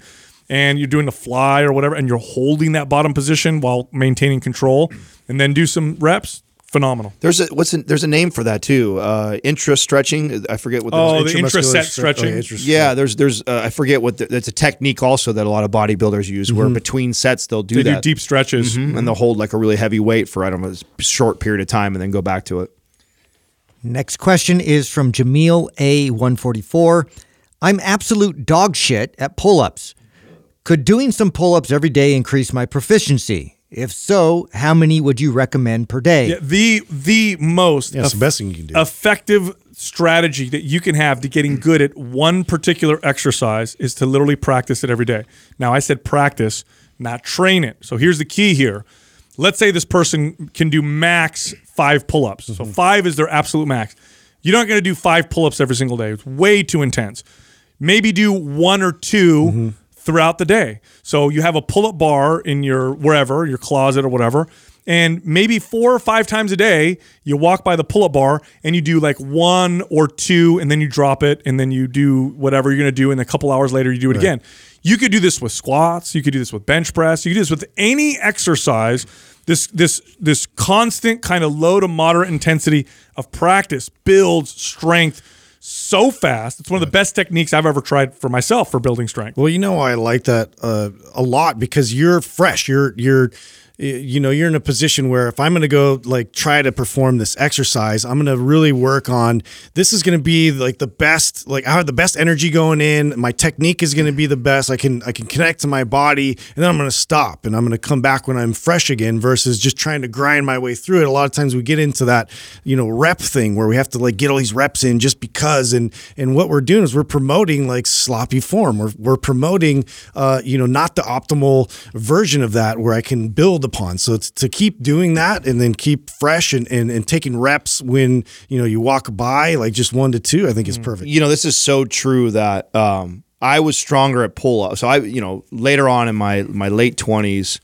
Speaker 2: and you're doing the fly or whatever, and you're holding that bottom position while maintaining control, and then do some reps. Phenomenal.
Speaker 4: There's a what's an, there's a name for that too. Uh, intra stretching. I forget what. the-
Speaker 2: Oh, the intra set
Speaker 3: Intramuscular stre- oh, yeah,
Speaker 2: stretching.
Speaker 3: intra-
Speaker 4: yeah, there's there's uh, I forget what the, that's a technique also that a lot of bodybuilders use where between sets they'll do
Speaker 2: Mm-hmm. they do
Speaker 4: that
Speaker 2: deep Mm-hmm. stretches.
Speaker 3: Mm-hmm.
Speaker 4: and they'll hold like a really heavy weight for I don't know a short period of time and then go back to it.
Speaker 5: Next question is from Jameel A144. I'm absolute dog shit at pull ups. Could doing some pull ups every day increase my proficiency? If so, how many would you recommend per day?
Speaker 2: Yeah, the the most
Speaker 3: That's the best thing you can do.
Speaker 2: effective strategy that you can have to getting good at one particular exercise is to literally practice it every day. Now I said practice, not train it. So here's the key here. Let's say this person can do max 5 pull-ups. So
Speaker 3: Mm-hmm.
Speaker 2: 5 is their absolute max. You're not going to do 5 pull-ups every single day. It's way too intense. Maybe do one or 2 throughout the day. So you have a pull-up bar in your wherever, your closet or whatever, and maybe four or five times a day you walk by the pull-up bar and you do like one or two and then you drop it and then you do whatever you're going to do and a couple hours later you do it again. You could do this with squats, you could do this with bench press, you could do this with any exercise. This this this constant kind of low to moderate intensity of practice builds strength so fast. It's one of the best techniques I've ever tried for myself for building strength.
Speaker 3: Well, you know, I like that uh, a lot because you're fresh. You're you're you know you're in a position where if i'm going to go like try to perform this exercise i'm going to really work on this is going to be like the best like i have the best energy going in my technique is going to be the best i can i can connect to my body and then i'm going to stop and i'm going to come back when i'm fresh again versus just trying to grind my way through it a lot of times we get into that you know rep thing where we have to like get all these reps in just because and and what we're doing is we're promoting like sloppy form we're, we're promoting uh, you know not the optimal version of that where i can build upon so it's to keep doing that and then keep fresh and, and and taking reps when you know you walk by like just one to two i
Speaker 2: Mm-hmm.
Speaker 3: think is perfect
Speaker 4: you know this is so true that um, I was stronger at pull up. So I, you know, later on in my my late twenties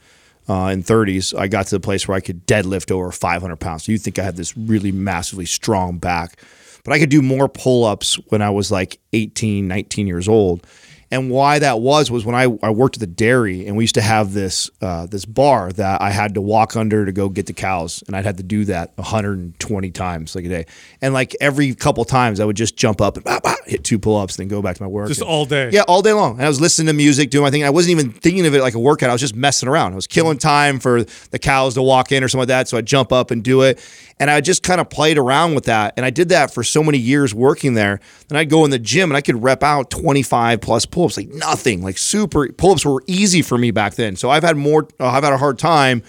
Speaker 4: uh, and thirties, I got to the place where I could deadlift over 500 pounds. So you think I had this really massively strong back, but I could do more pull ups when I was like 18, 19 years old. And why that was was when I, I worked at the dairy and we used to have this uh, this bar that I had to walk under to go get the cows and I'd had to do that 120 times like a day and like every couple times I would just jump up and bah, bah, hit two pull ups then go back to my work
Speaker 2: Just
Speaker 4: And-
Speaker 2: all day.
Speaker 4: yeah all day long and I was listening to music doing my thing I wasn't even thinking of it like a workout I was just messing around I was killing time for the cows to walk in or something like that so I'd jump up and do it and I just kind of played around with that and I did that for so many years working there then I'd go in the gym and I could rep out 25 plus pull-ups like nothing like super pull-ups were easy for me back then so I've had more uh, I've had a hard time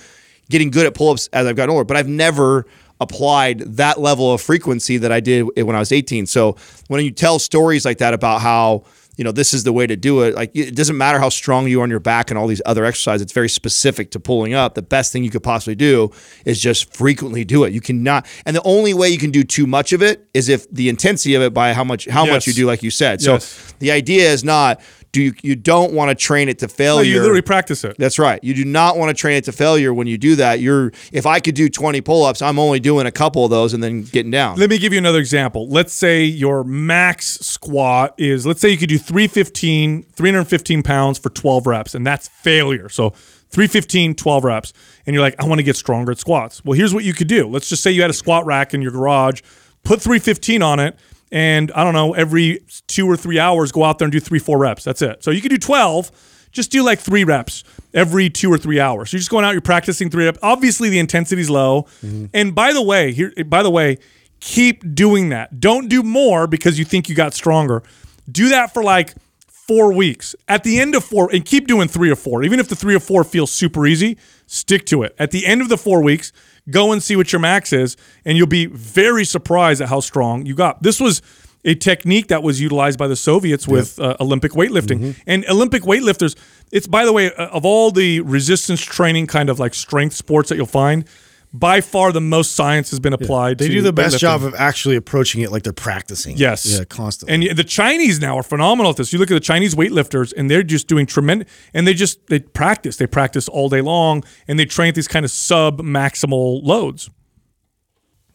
Speaker 4: getting good at pull-ups as I've gotten older, but I've never applied that level of frequency that I did it when I was 18. So when you tell stories like that about how you know this is the way to do it, like it doesn't matter how strong you are on your back and all these other exercises. It's very specific to pulling up. The best thing you could possibly do is just frequently do it. You cannot, and the only way you can do too much of it is if the intensity of it by how much how
Speaker 2: Yes.
Speaker 4: much you do, like you said.
Speaker 2: Yes.
Speaker 4: So the idea is not. Do you, you don't want to train it to failure?
Speaker 2: So you literally practice it.
Speaker 4: That's right. You do not want to train it to failure when you do that. You're if I could do 20 pull-ups, I'm only doing a couple of those and then getting down.
Speaker 2: Let me give you another example. Let's say your max squat is, let's say you could do 315, 315 pounds for 12 reps, and that's failure. So 315, 12 reps, and you're like, I want to get stronger at squats. Well, here's what you could do. Let's just say you had a squat rack in your garage, put 315 on it, and I don't know, every two or three hours, go out there and do three, four reps. That's it. So you could do 12. Just do like three reps every two or three hours. You're just going out, you're practicing three reps. Obviously, the intensity's low. And by the way, here, by the way, keep doing that. Don't do more because you think you got stronger. Do that for like four weeks. At the end of four, and keep doing three or four. Even if the three or four feels super easy, stick to it. At the end of the four weeks, go and see what your max is, and you'll be very surprised at how strong you got. This was a technique that was utilized by the Soviets with uh, Olympic weightlifting. And Olympic weightlifters, it's by the way, uh, of all the resistance training kind of like strength sports that you'll find, by far the most science has been applied
Speaker 3: They
Speaker 2: to
Speaker 3: do the best
Speaker 2: weightlifting.
Speaker 3: job of actually approaching it like they're practicing.
Speaker 2: Yes.
Speaker 3: Yeah, constantly.
Speaker 2: And the Chinese now are phenomenal at this. You look at the Chinese weightlifters and they're just doing tremendous and they just they practice. They practice all day long and they train at these kind of sub maximal loads.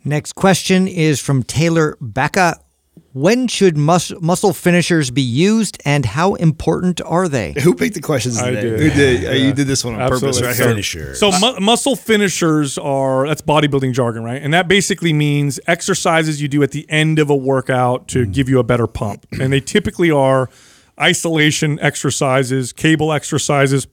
Speaker 5: Next question is from Taylor Becca. When should mus- muscle finishers be used and how important are they?
Speaker 6: Who picked the questions today?
Speaker 2: did.
Speaker 6: Who did? Uh, You did this one on purpose,
Speaker 2: Absolutely.
Speaker 6: right here.
Speaker 3: Finisher.
Speaker 2: So mu- muscle finishers are that's bodybuilding jargon, right? And that basically means exercises you do at the end of a workout
Speaker 3: Mm.
Speaker 2: to give you a better pump. And they typically are isolation exercises, cable exercises,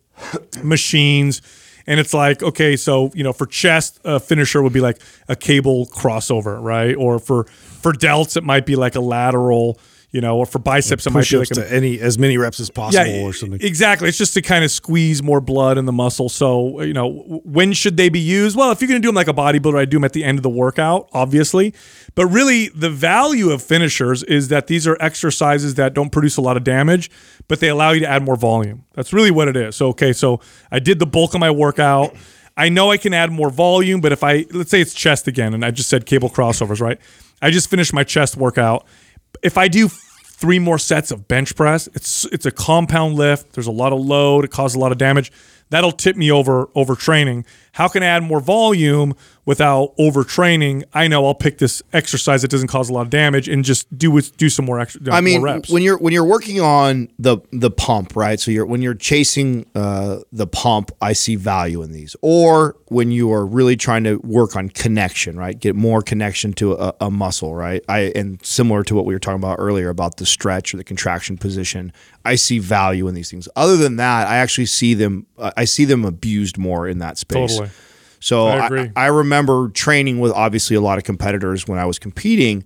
Speaker 2: machines. And it's like, okay, so you know, for chest, a finisher would be like a cable crossover, right? Or for for delts, it might be like a lateral, you know, or for biceps, it might be
Speaker 3: push-ups
Speaker 2: like a,
Speaker 3: to any as many reps as possible or something.
Speaker 2: Exactly. It's just to kind of squeeze more blood in the muscle. So, you know, w- when should they be used? Well, if you're going to do them like a bodybuilder, I do them at the end of the workout, obviously. But really, the value of finishers is that these are exercises that don't produce a lot of damage, but they allow you to add more volume. That's really what it is. So, okay, so I did the bulk of my workout. I know I can add more volume, but if I, let's say it's chest again, and I just said cable crossovers, right? I just finished my chest workout. If I do three more sets of bench press. It's it's a compound lift. There's a lot of load. It causes a lot of damage. That'll tip me over overtraining. How can I add more volume without overtraining? I know I'll pick this exercise that doesn't cause a lot of damage and just do with- do some more extra.
Speaker 4: I mean,
Speaker 2: more reps.
Speaker 4: when you're when you're working on the the pump, right? So you're when you're chasing uh, the pump, I see value in these. Or when you are really trying to work on connection, right? Get more connection to a, a muscle, right? I and similar to what we were talking about earlier about the stretch or the contraction position, I see value in these things. Other than that, I actually see them. uh, I see them abused more in that space.
Speaker 2: Totally.
Speaker 4: So
Speaker 2: I
Speaker 4: I,
Speaker 2: agree.
Speaker 4: I remember training with obviously a lot of competitors when I was competing,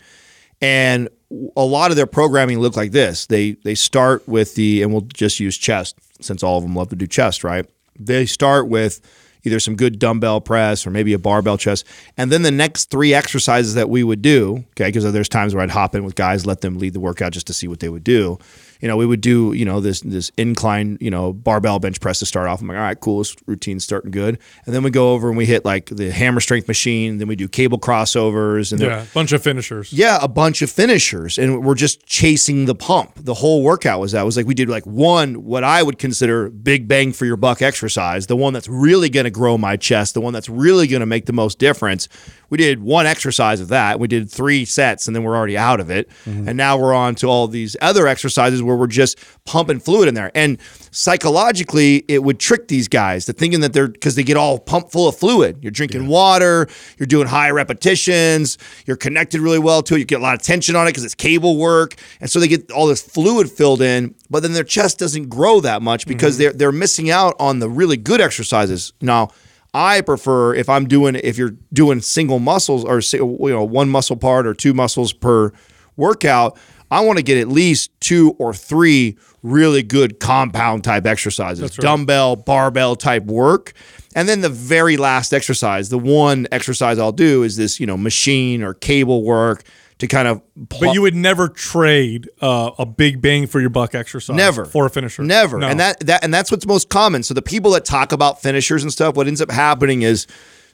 Speaker 4: and a lot of their programming looked like this. They they start with the and we'll just use chest since all of them love to do chest, right? They start with either some good dumbbell press or maybe a barbell chest, and then the next three exercises that we would do, okay, because there's times where I'd hop in with guys, let them lead the workout just to see what they would do. You know, we would do you know this this incline you know barbell bench press to start off. I'm like, all right, cool, this routine's starting good, and then we go over and we hit like the hammer strength machine. Then we do cable crossovers, and then
Speaker 2: yeah, bunch of finishers.
Speaker 4: yeah, a bunch of finishers, and we're just chasing the pump. The whole workout was that. It was like we did like one what I would consider big bang for your buck exercise, the one that's really going to grow my chest, the one that's really going to make the most difference. We did one exercise of that. We did three sets, and then we're already out of it. And now we're on to all these other exercises where we're just pumping fluid in there. And psychologically, it would trick these guys to thinking that they're because they get all pumped full of fluid. You're drinking water, you're doing high repetitions, you're connected really well to it. You get a lot of tension on it because it's cable work, and so they get all this fluid filled in. But then their chest doesn't grow that much because they're they're missing out on the really good exercises. Now, I prefer if I'm doing if you're doing single muscles or si- you know one muscle part or two muscles per workout, I want to get at least two or three really good compound type exercises, dumbbell, barbell type work. And then the very last exercise, the one exercise I'll do is this, you know, machine or cable work to kind of
Speaker 2: But you would never trade uh, a big bang for your buck exercise
Speaker 4: Never
Speaker 2: for a finisher.
Speaker 4: Never.
Speaker 2: No.
Speaker 4: And that that and that's what's most common. So the people that talk about finishers and stuff, what ends up happening is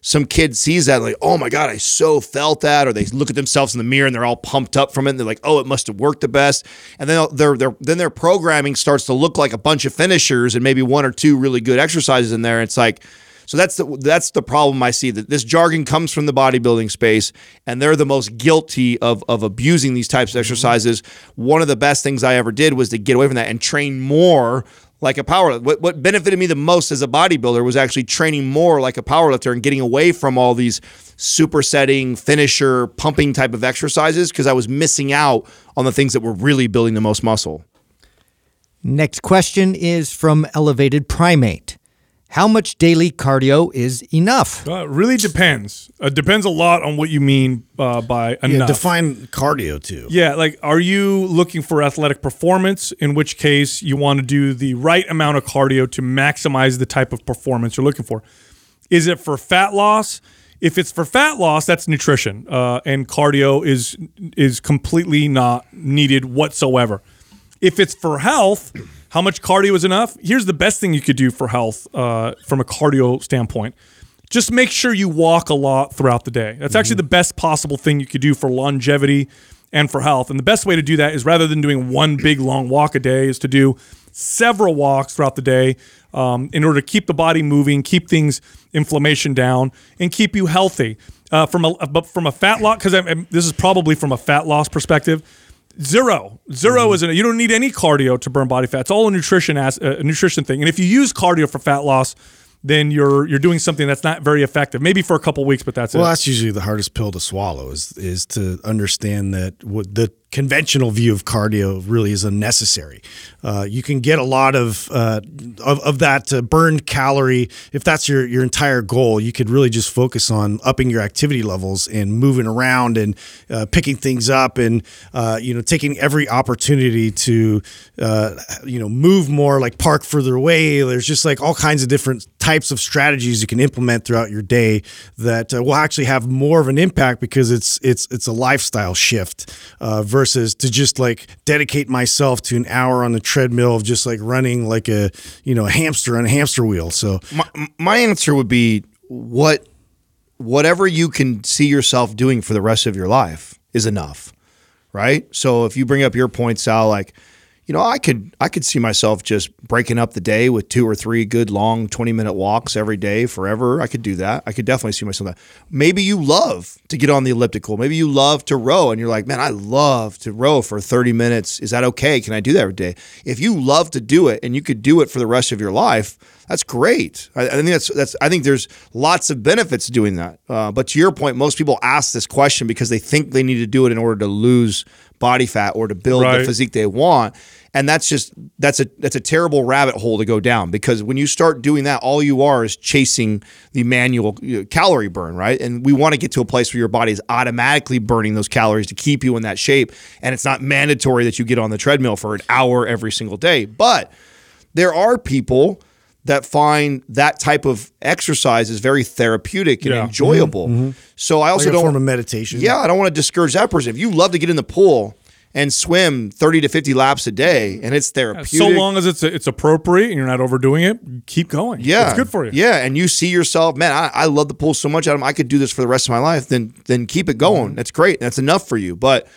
Speaker 4: some kid sees that like, oh my god, I so felt that, or they look at themselves in the mirror and they're all pumped up from it. And they're like, oh, it must have worked the best. And then their their then their programming starts to look like a bunch of finishers and maybe one or two really good exercises in there. It's like. So that's the that's the problem I see that this jargon comes from the bodybuilding space, and they're the most guilty of of abusing these types of exercises. One of the best things I ever did was to get away from that and train more like a power. What, what benefited me the most as a bodybuilder was actually training more like a powerlifter and getting away from all these supersetting, finisher, pumping type of exercises because I was missing out on the things that were really building the most muscle.
Speaker 5: Next question is from Elevated Primate. How much daily cardio is enough?
Speaker 2: Uh, it really depends. It depends a lot on what you mean uh, by enough.
Speaker 3: Yeah, define cardio too.
Speaker 2: Yeah, like are you looking for athletic performance? In which case, you want to do the right amount of cardio to maximize the type of performance you're looking for. Is it for fat loss? If it's for fat loss, that's nutrition, uh, and cardio is is completely not needed whatsoever. If it's for health, how much cardio is enough? Here's the best thing you could do for health uh, from a cardio standpoint just make sure you walk a lot throughout the day. That's actually the best possible thing you could do for longevity and for health. And the best way to do that is rather than doing one big long walk a day, is to do several walks throughout the day um, in order to keep the body moving, keep things inflammation down, and keep you healthy. Uh, from a but from a fat loss, because this is probably from a fat loss perspective. Zero, Zero
Speaker 4: Mm-hmm.
Speaker 2: isn't. You don't need any cardio to burn body fat. It's all a nutrition as, uh, a nutrition thing. And if you use cardio for fat loss, then you're you're doing something that's not very effective. Maybe for a couple weeks, but that's
Speaker 3: Well,
Speaker 2: it.
Speaker 3: that's usually the hardest pill to swallow is is to understand that what the conventional view of cardio really is unnecessary. Uh, you can get a lot of uh, of, of that uh, burned calorie if that's your your entire goal. You could really just focus on upping your activity levels and moving around and uh, picking things up and uh, you know taking every opportunity to uh, you know move more, like park further away. There's just like all kinds of different types of strategies you can implement throughout your day that uh, will actually have more of an impact because it's it's it's a lifestyle shift uh, versus to just like dedicate myself to an hour on the treadmill of just like running like a you know a hamster on a hamster wheel. So
Speaker 4: my, my answer would be what whatever you can see yourself doing for the rest of your life is enough right so if you bring up your point sal like you know i could i could see myself just breaking up the day with two or three good long 20 minute walks every day forever i could do that i could definitely see myself that maybe you love to get on the elliptical maybe you love to row and you're like man i love to row for 30 minutes is that okay can i do that every day if you love to do it and you could do it for the rest of your life that's great i, I think that's that's i think there's lots of benefits to doing that uh, but to your point most people ask this question because they think they need to do it in order to lose body fat or to build the
Speaker 2: Right.
Speaker 4: physique they want and that's just that's a that's a terrible rabbit hole to go down because when you start doing that all you are is chasing the manual you know, calorie burn right and we want to get to a place where your body is automatically burning those calories to keep you in that shape and it's not mandatory that you get on the treadmill for an hour every single day but there are people that find that type of exercise is very therapeutic and
Speaker 2: Yeah.
Speaker 4: enjoyable. So I
Speaker 3: Mm-hmm. like
Speaker 4: also
Speaker 3: a
Speaker 4: don't
Speaker 3: form of meditation.
Speaker 4: yeah, I don't want to discourage that person. If you love to get in the pool and swim 30 to 50 laps a day and it's therapeutic.
Speaker 2: so long as it's it's appropriate and you're not overdoing it, keep going.
Speaker 4: yeah,
Speaker 2: it's good for you.
Speaker 4: Yeah, and you see yourself, man, I, I love the pool so much. Adam, I could do this for the rest of my life. Then, then keep it
Speaker 2: Mm-hmm.
Speaker 4: going. That's great. That's enough for you. But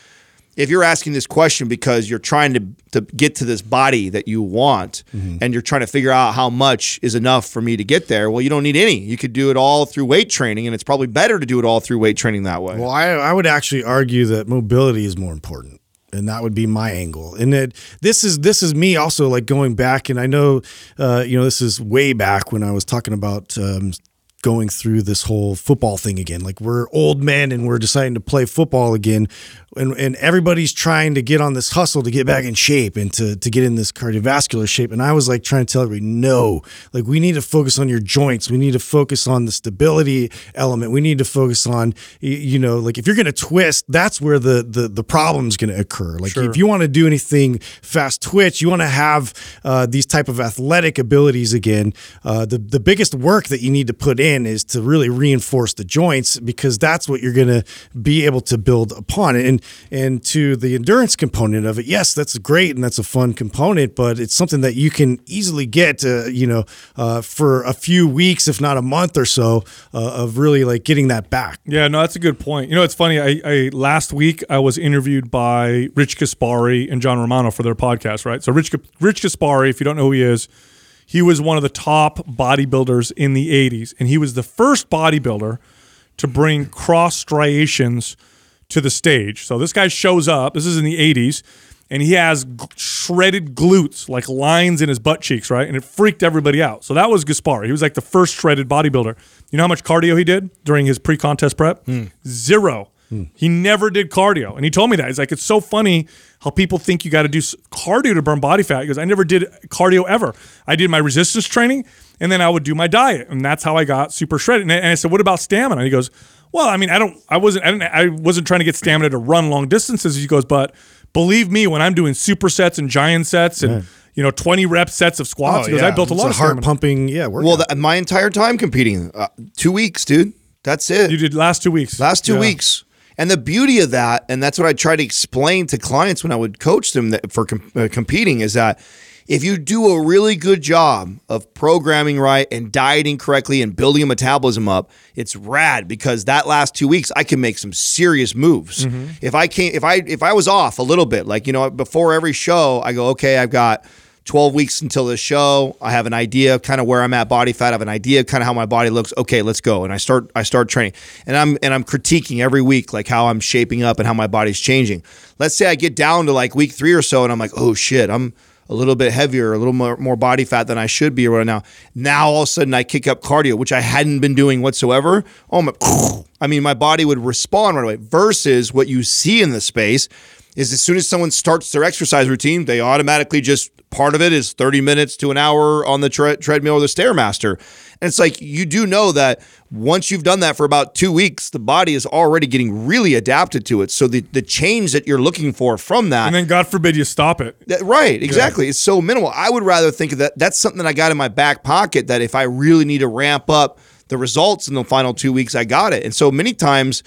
Speaker 4: if you're asking this question because you're trying to to get to this body that you want,
Speaker 2: Mm-hmm.
Speaker 4: and you're trying to figure out how much is enough for me to get there, well, you don't need any. You could do it all through weight training, and it's probably better to do it all through weight training that way.
Speaker 3: Well, I, I would actually argue that mobility is more important. And that would be my angle. And that this is this is me also like going back, and I know, uh, you know, this is way back when I was talking about um, going through this whole football thing again. Like we're old men and we're deciding to play football again, and and everybody's trying to get on this hustle to get back in shape and to to get in this cardiovascular shape. And I was like trying to tell everybody, no, like we need to focus on your joints. We need to focus on the stability element. We need to focus on y- you know like if you're going to twist, that's where the the the problem's going to occur. Like if you want to do anything fast twitch, you want to have uh, these type of athletic abilities again. Uh, the the biggest work that you need to put in is to really reinforce the joints because that's what you're going to be able to build upon. And and to the endurance component of it, yes, that's great and that's a fun component, but it's something that you can easily get, uh, you know, uh, for a few weeks, if not a month or so, uh, of really like getting that back.
Speaker 2: Yeah, no, that's a good point. You know, it's funny. I, I last week I was interviewed by Rich Kaspari and John Romano for their podcast, right? So Rich Rich Kaspari, if you don't know who he is, he was one of the top bodybuilders in the '80s, and he was the first bodybuilder to bring cross striations to the stage. So this guy shows up. This is in the '80s, and he has g- shredded glutes, like lines in his butt cheeks, right? And it freaked everybody out. So that was Gaspar. He was like the first shredded bodybuilder. You know how much cardio he did during his pre contest prep? Zero. He never did cardio. And he told me that. He's like, it's so funny how people think you got to do s- cardio to burn body fat. He goes, I never did cardio ever. I did my resistance training and then I would do my diet. And that's how I got super shredded. And I, and I said, what about stamina? And he goes, well, I mean, I don't, I wasn't, I, didn't, I wasn't trying to get stamina to run long distances. He goes, but believe me, when I'm doing supersets and giant sets and, you know, 20 rep sets of squats,
Speaker 4: Oh,
Speaker 2: he goes,
Speaker 4: yeah.
Speaker 2: I built a
Speaker 3: It's
Speaker 2: lot
Speaker 3: a
Speaker 2: of
Speaker 3: heart
Speaker 2: stamina.
Speaker 3: pumping. Yeah, workout.
Speaker 4: Well, that, my entire time competing, uh, two weeks, dude. That's it.
Speaker 2: You did last two weeks.
Speaker 4: Last two
Speaker 2: Yeah.
Speaker 4: weeks. And the beauty of that, and that's what I try to explain to clients when I would coach them that for com- uh, competing, is that if you do a really good job of programming right and dieting correctly and building a metabolism up, it's rad because that last two weeks I can make some serious moves. If I came, if I if I was off a little bit, like you know, before every show, I go, okay, I've got 12 weeks until the show. I have an idea of kind of where I'm at body fat. I have an idea of kind of how my body looks. Okay, let's go. And I start I start training. And I'm and I'm critiquing every week like how I'm shaping up and how my body's changing. Let's say I get down to like week 3 or so and I'm like, "Oh shit, I'm a little bit heavier, a little more, more body fat than I should be right now." Now all of a sudden I kick up cardio, which I hadn't been doing whatsoever. Oh my I mean, my body would respond right away versus what you see in the space is as soon as someone starts their exercise routine, they automatically just part of it is 30 minutes to an hour on the tre- treadmill or the stairmaster. And it's like you do know that once you've done that for about two weeks, the body is already getting really adapted to it. So the, the change that you're looking for from that
Speaker 2: And then God forbid you stop it.
Speaker 4: that- right, exactly. It's so minimal. I would rather think of that that's something that I got in my back pocket that if I really need to ramp up the results in the final two weeks, I got it. And so many times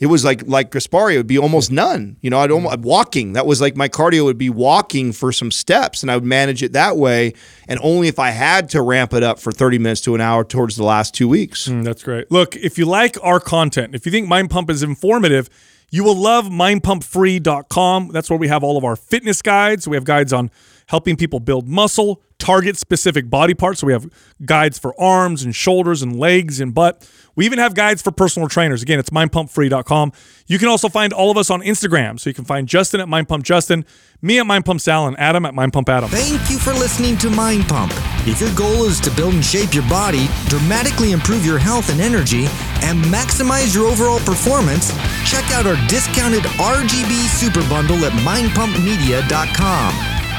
Speaker 4: it was like like Gaspari, it would be almost none. You know, I'd almost walking. That was like my cardio would be walking for some steps and I would manage it that way. And only if I had to ramp it up for 30 minutes to an hour towards the last two weeks.
Speaker 2: Mm, That's great. Look, if you like our content, if you think Mind Pump is informative, you will love mindpumpfree.com. That's where we have all of our fitness guides. We have guides on helping people build muscle, target specific body parts. So we have guides for arms and shoulders and legs and butt. We even have guides for personal trainers. Again, it's mindpumpfree.com. You can also find all of us on Instagram. So you can find Justin at mindpumpjustin, me at mindpumpsal, and Adam at mindpumpadam.
Speaker 1: Thank you for listening to Mind Pump. If your goal is to build and shape your body, dramatically improve your health and energy, and maximize your overall performance, check out our discounted RGB Super Bundle at mindpumpmedia.com.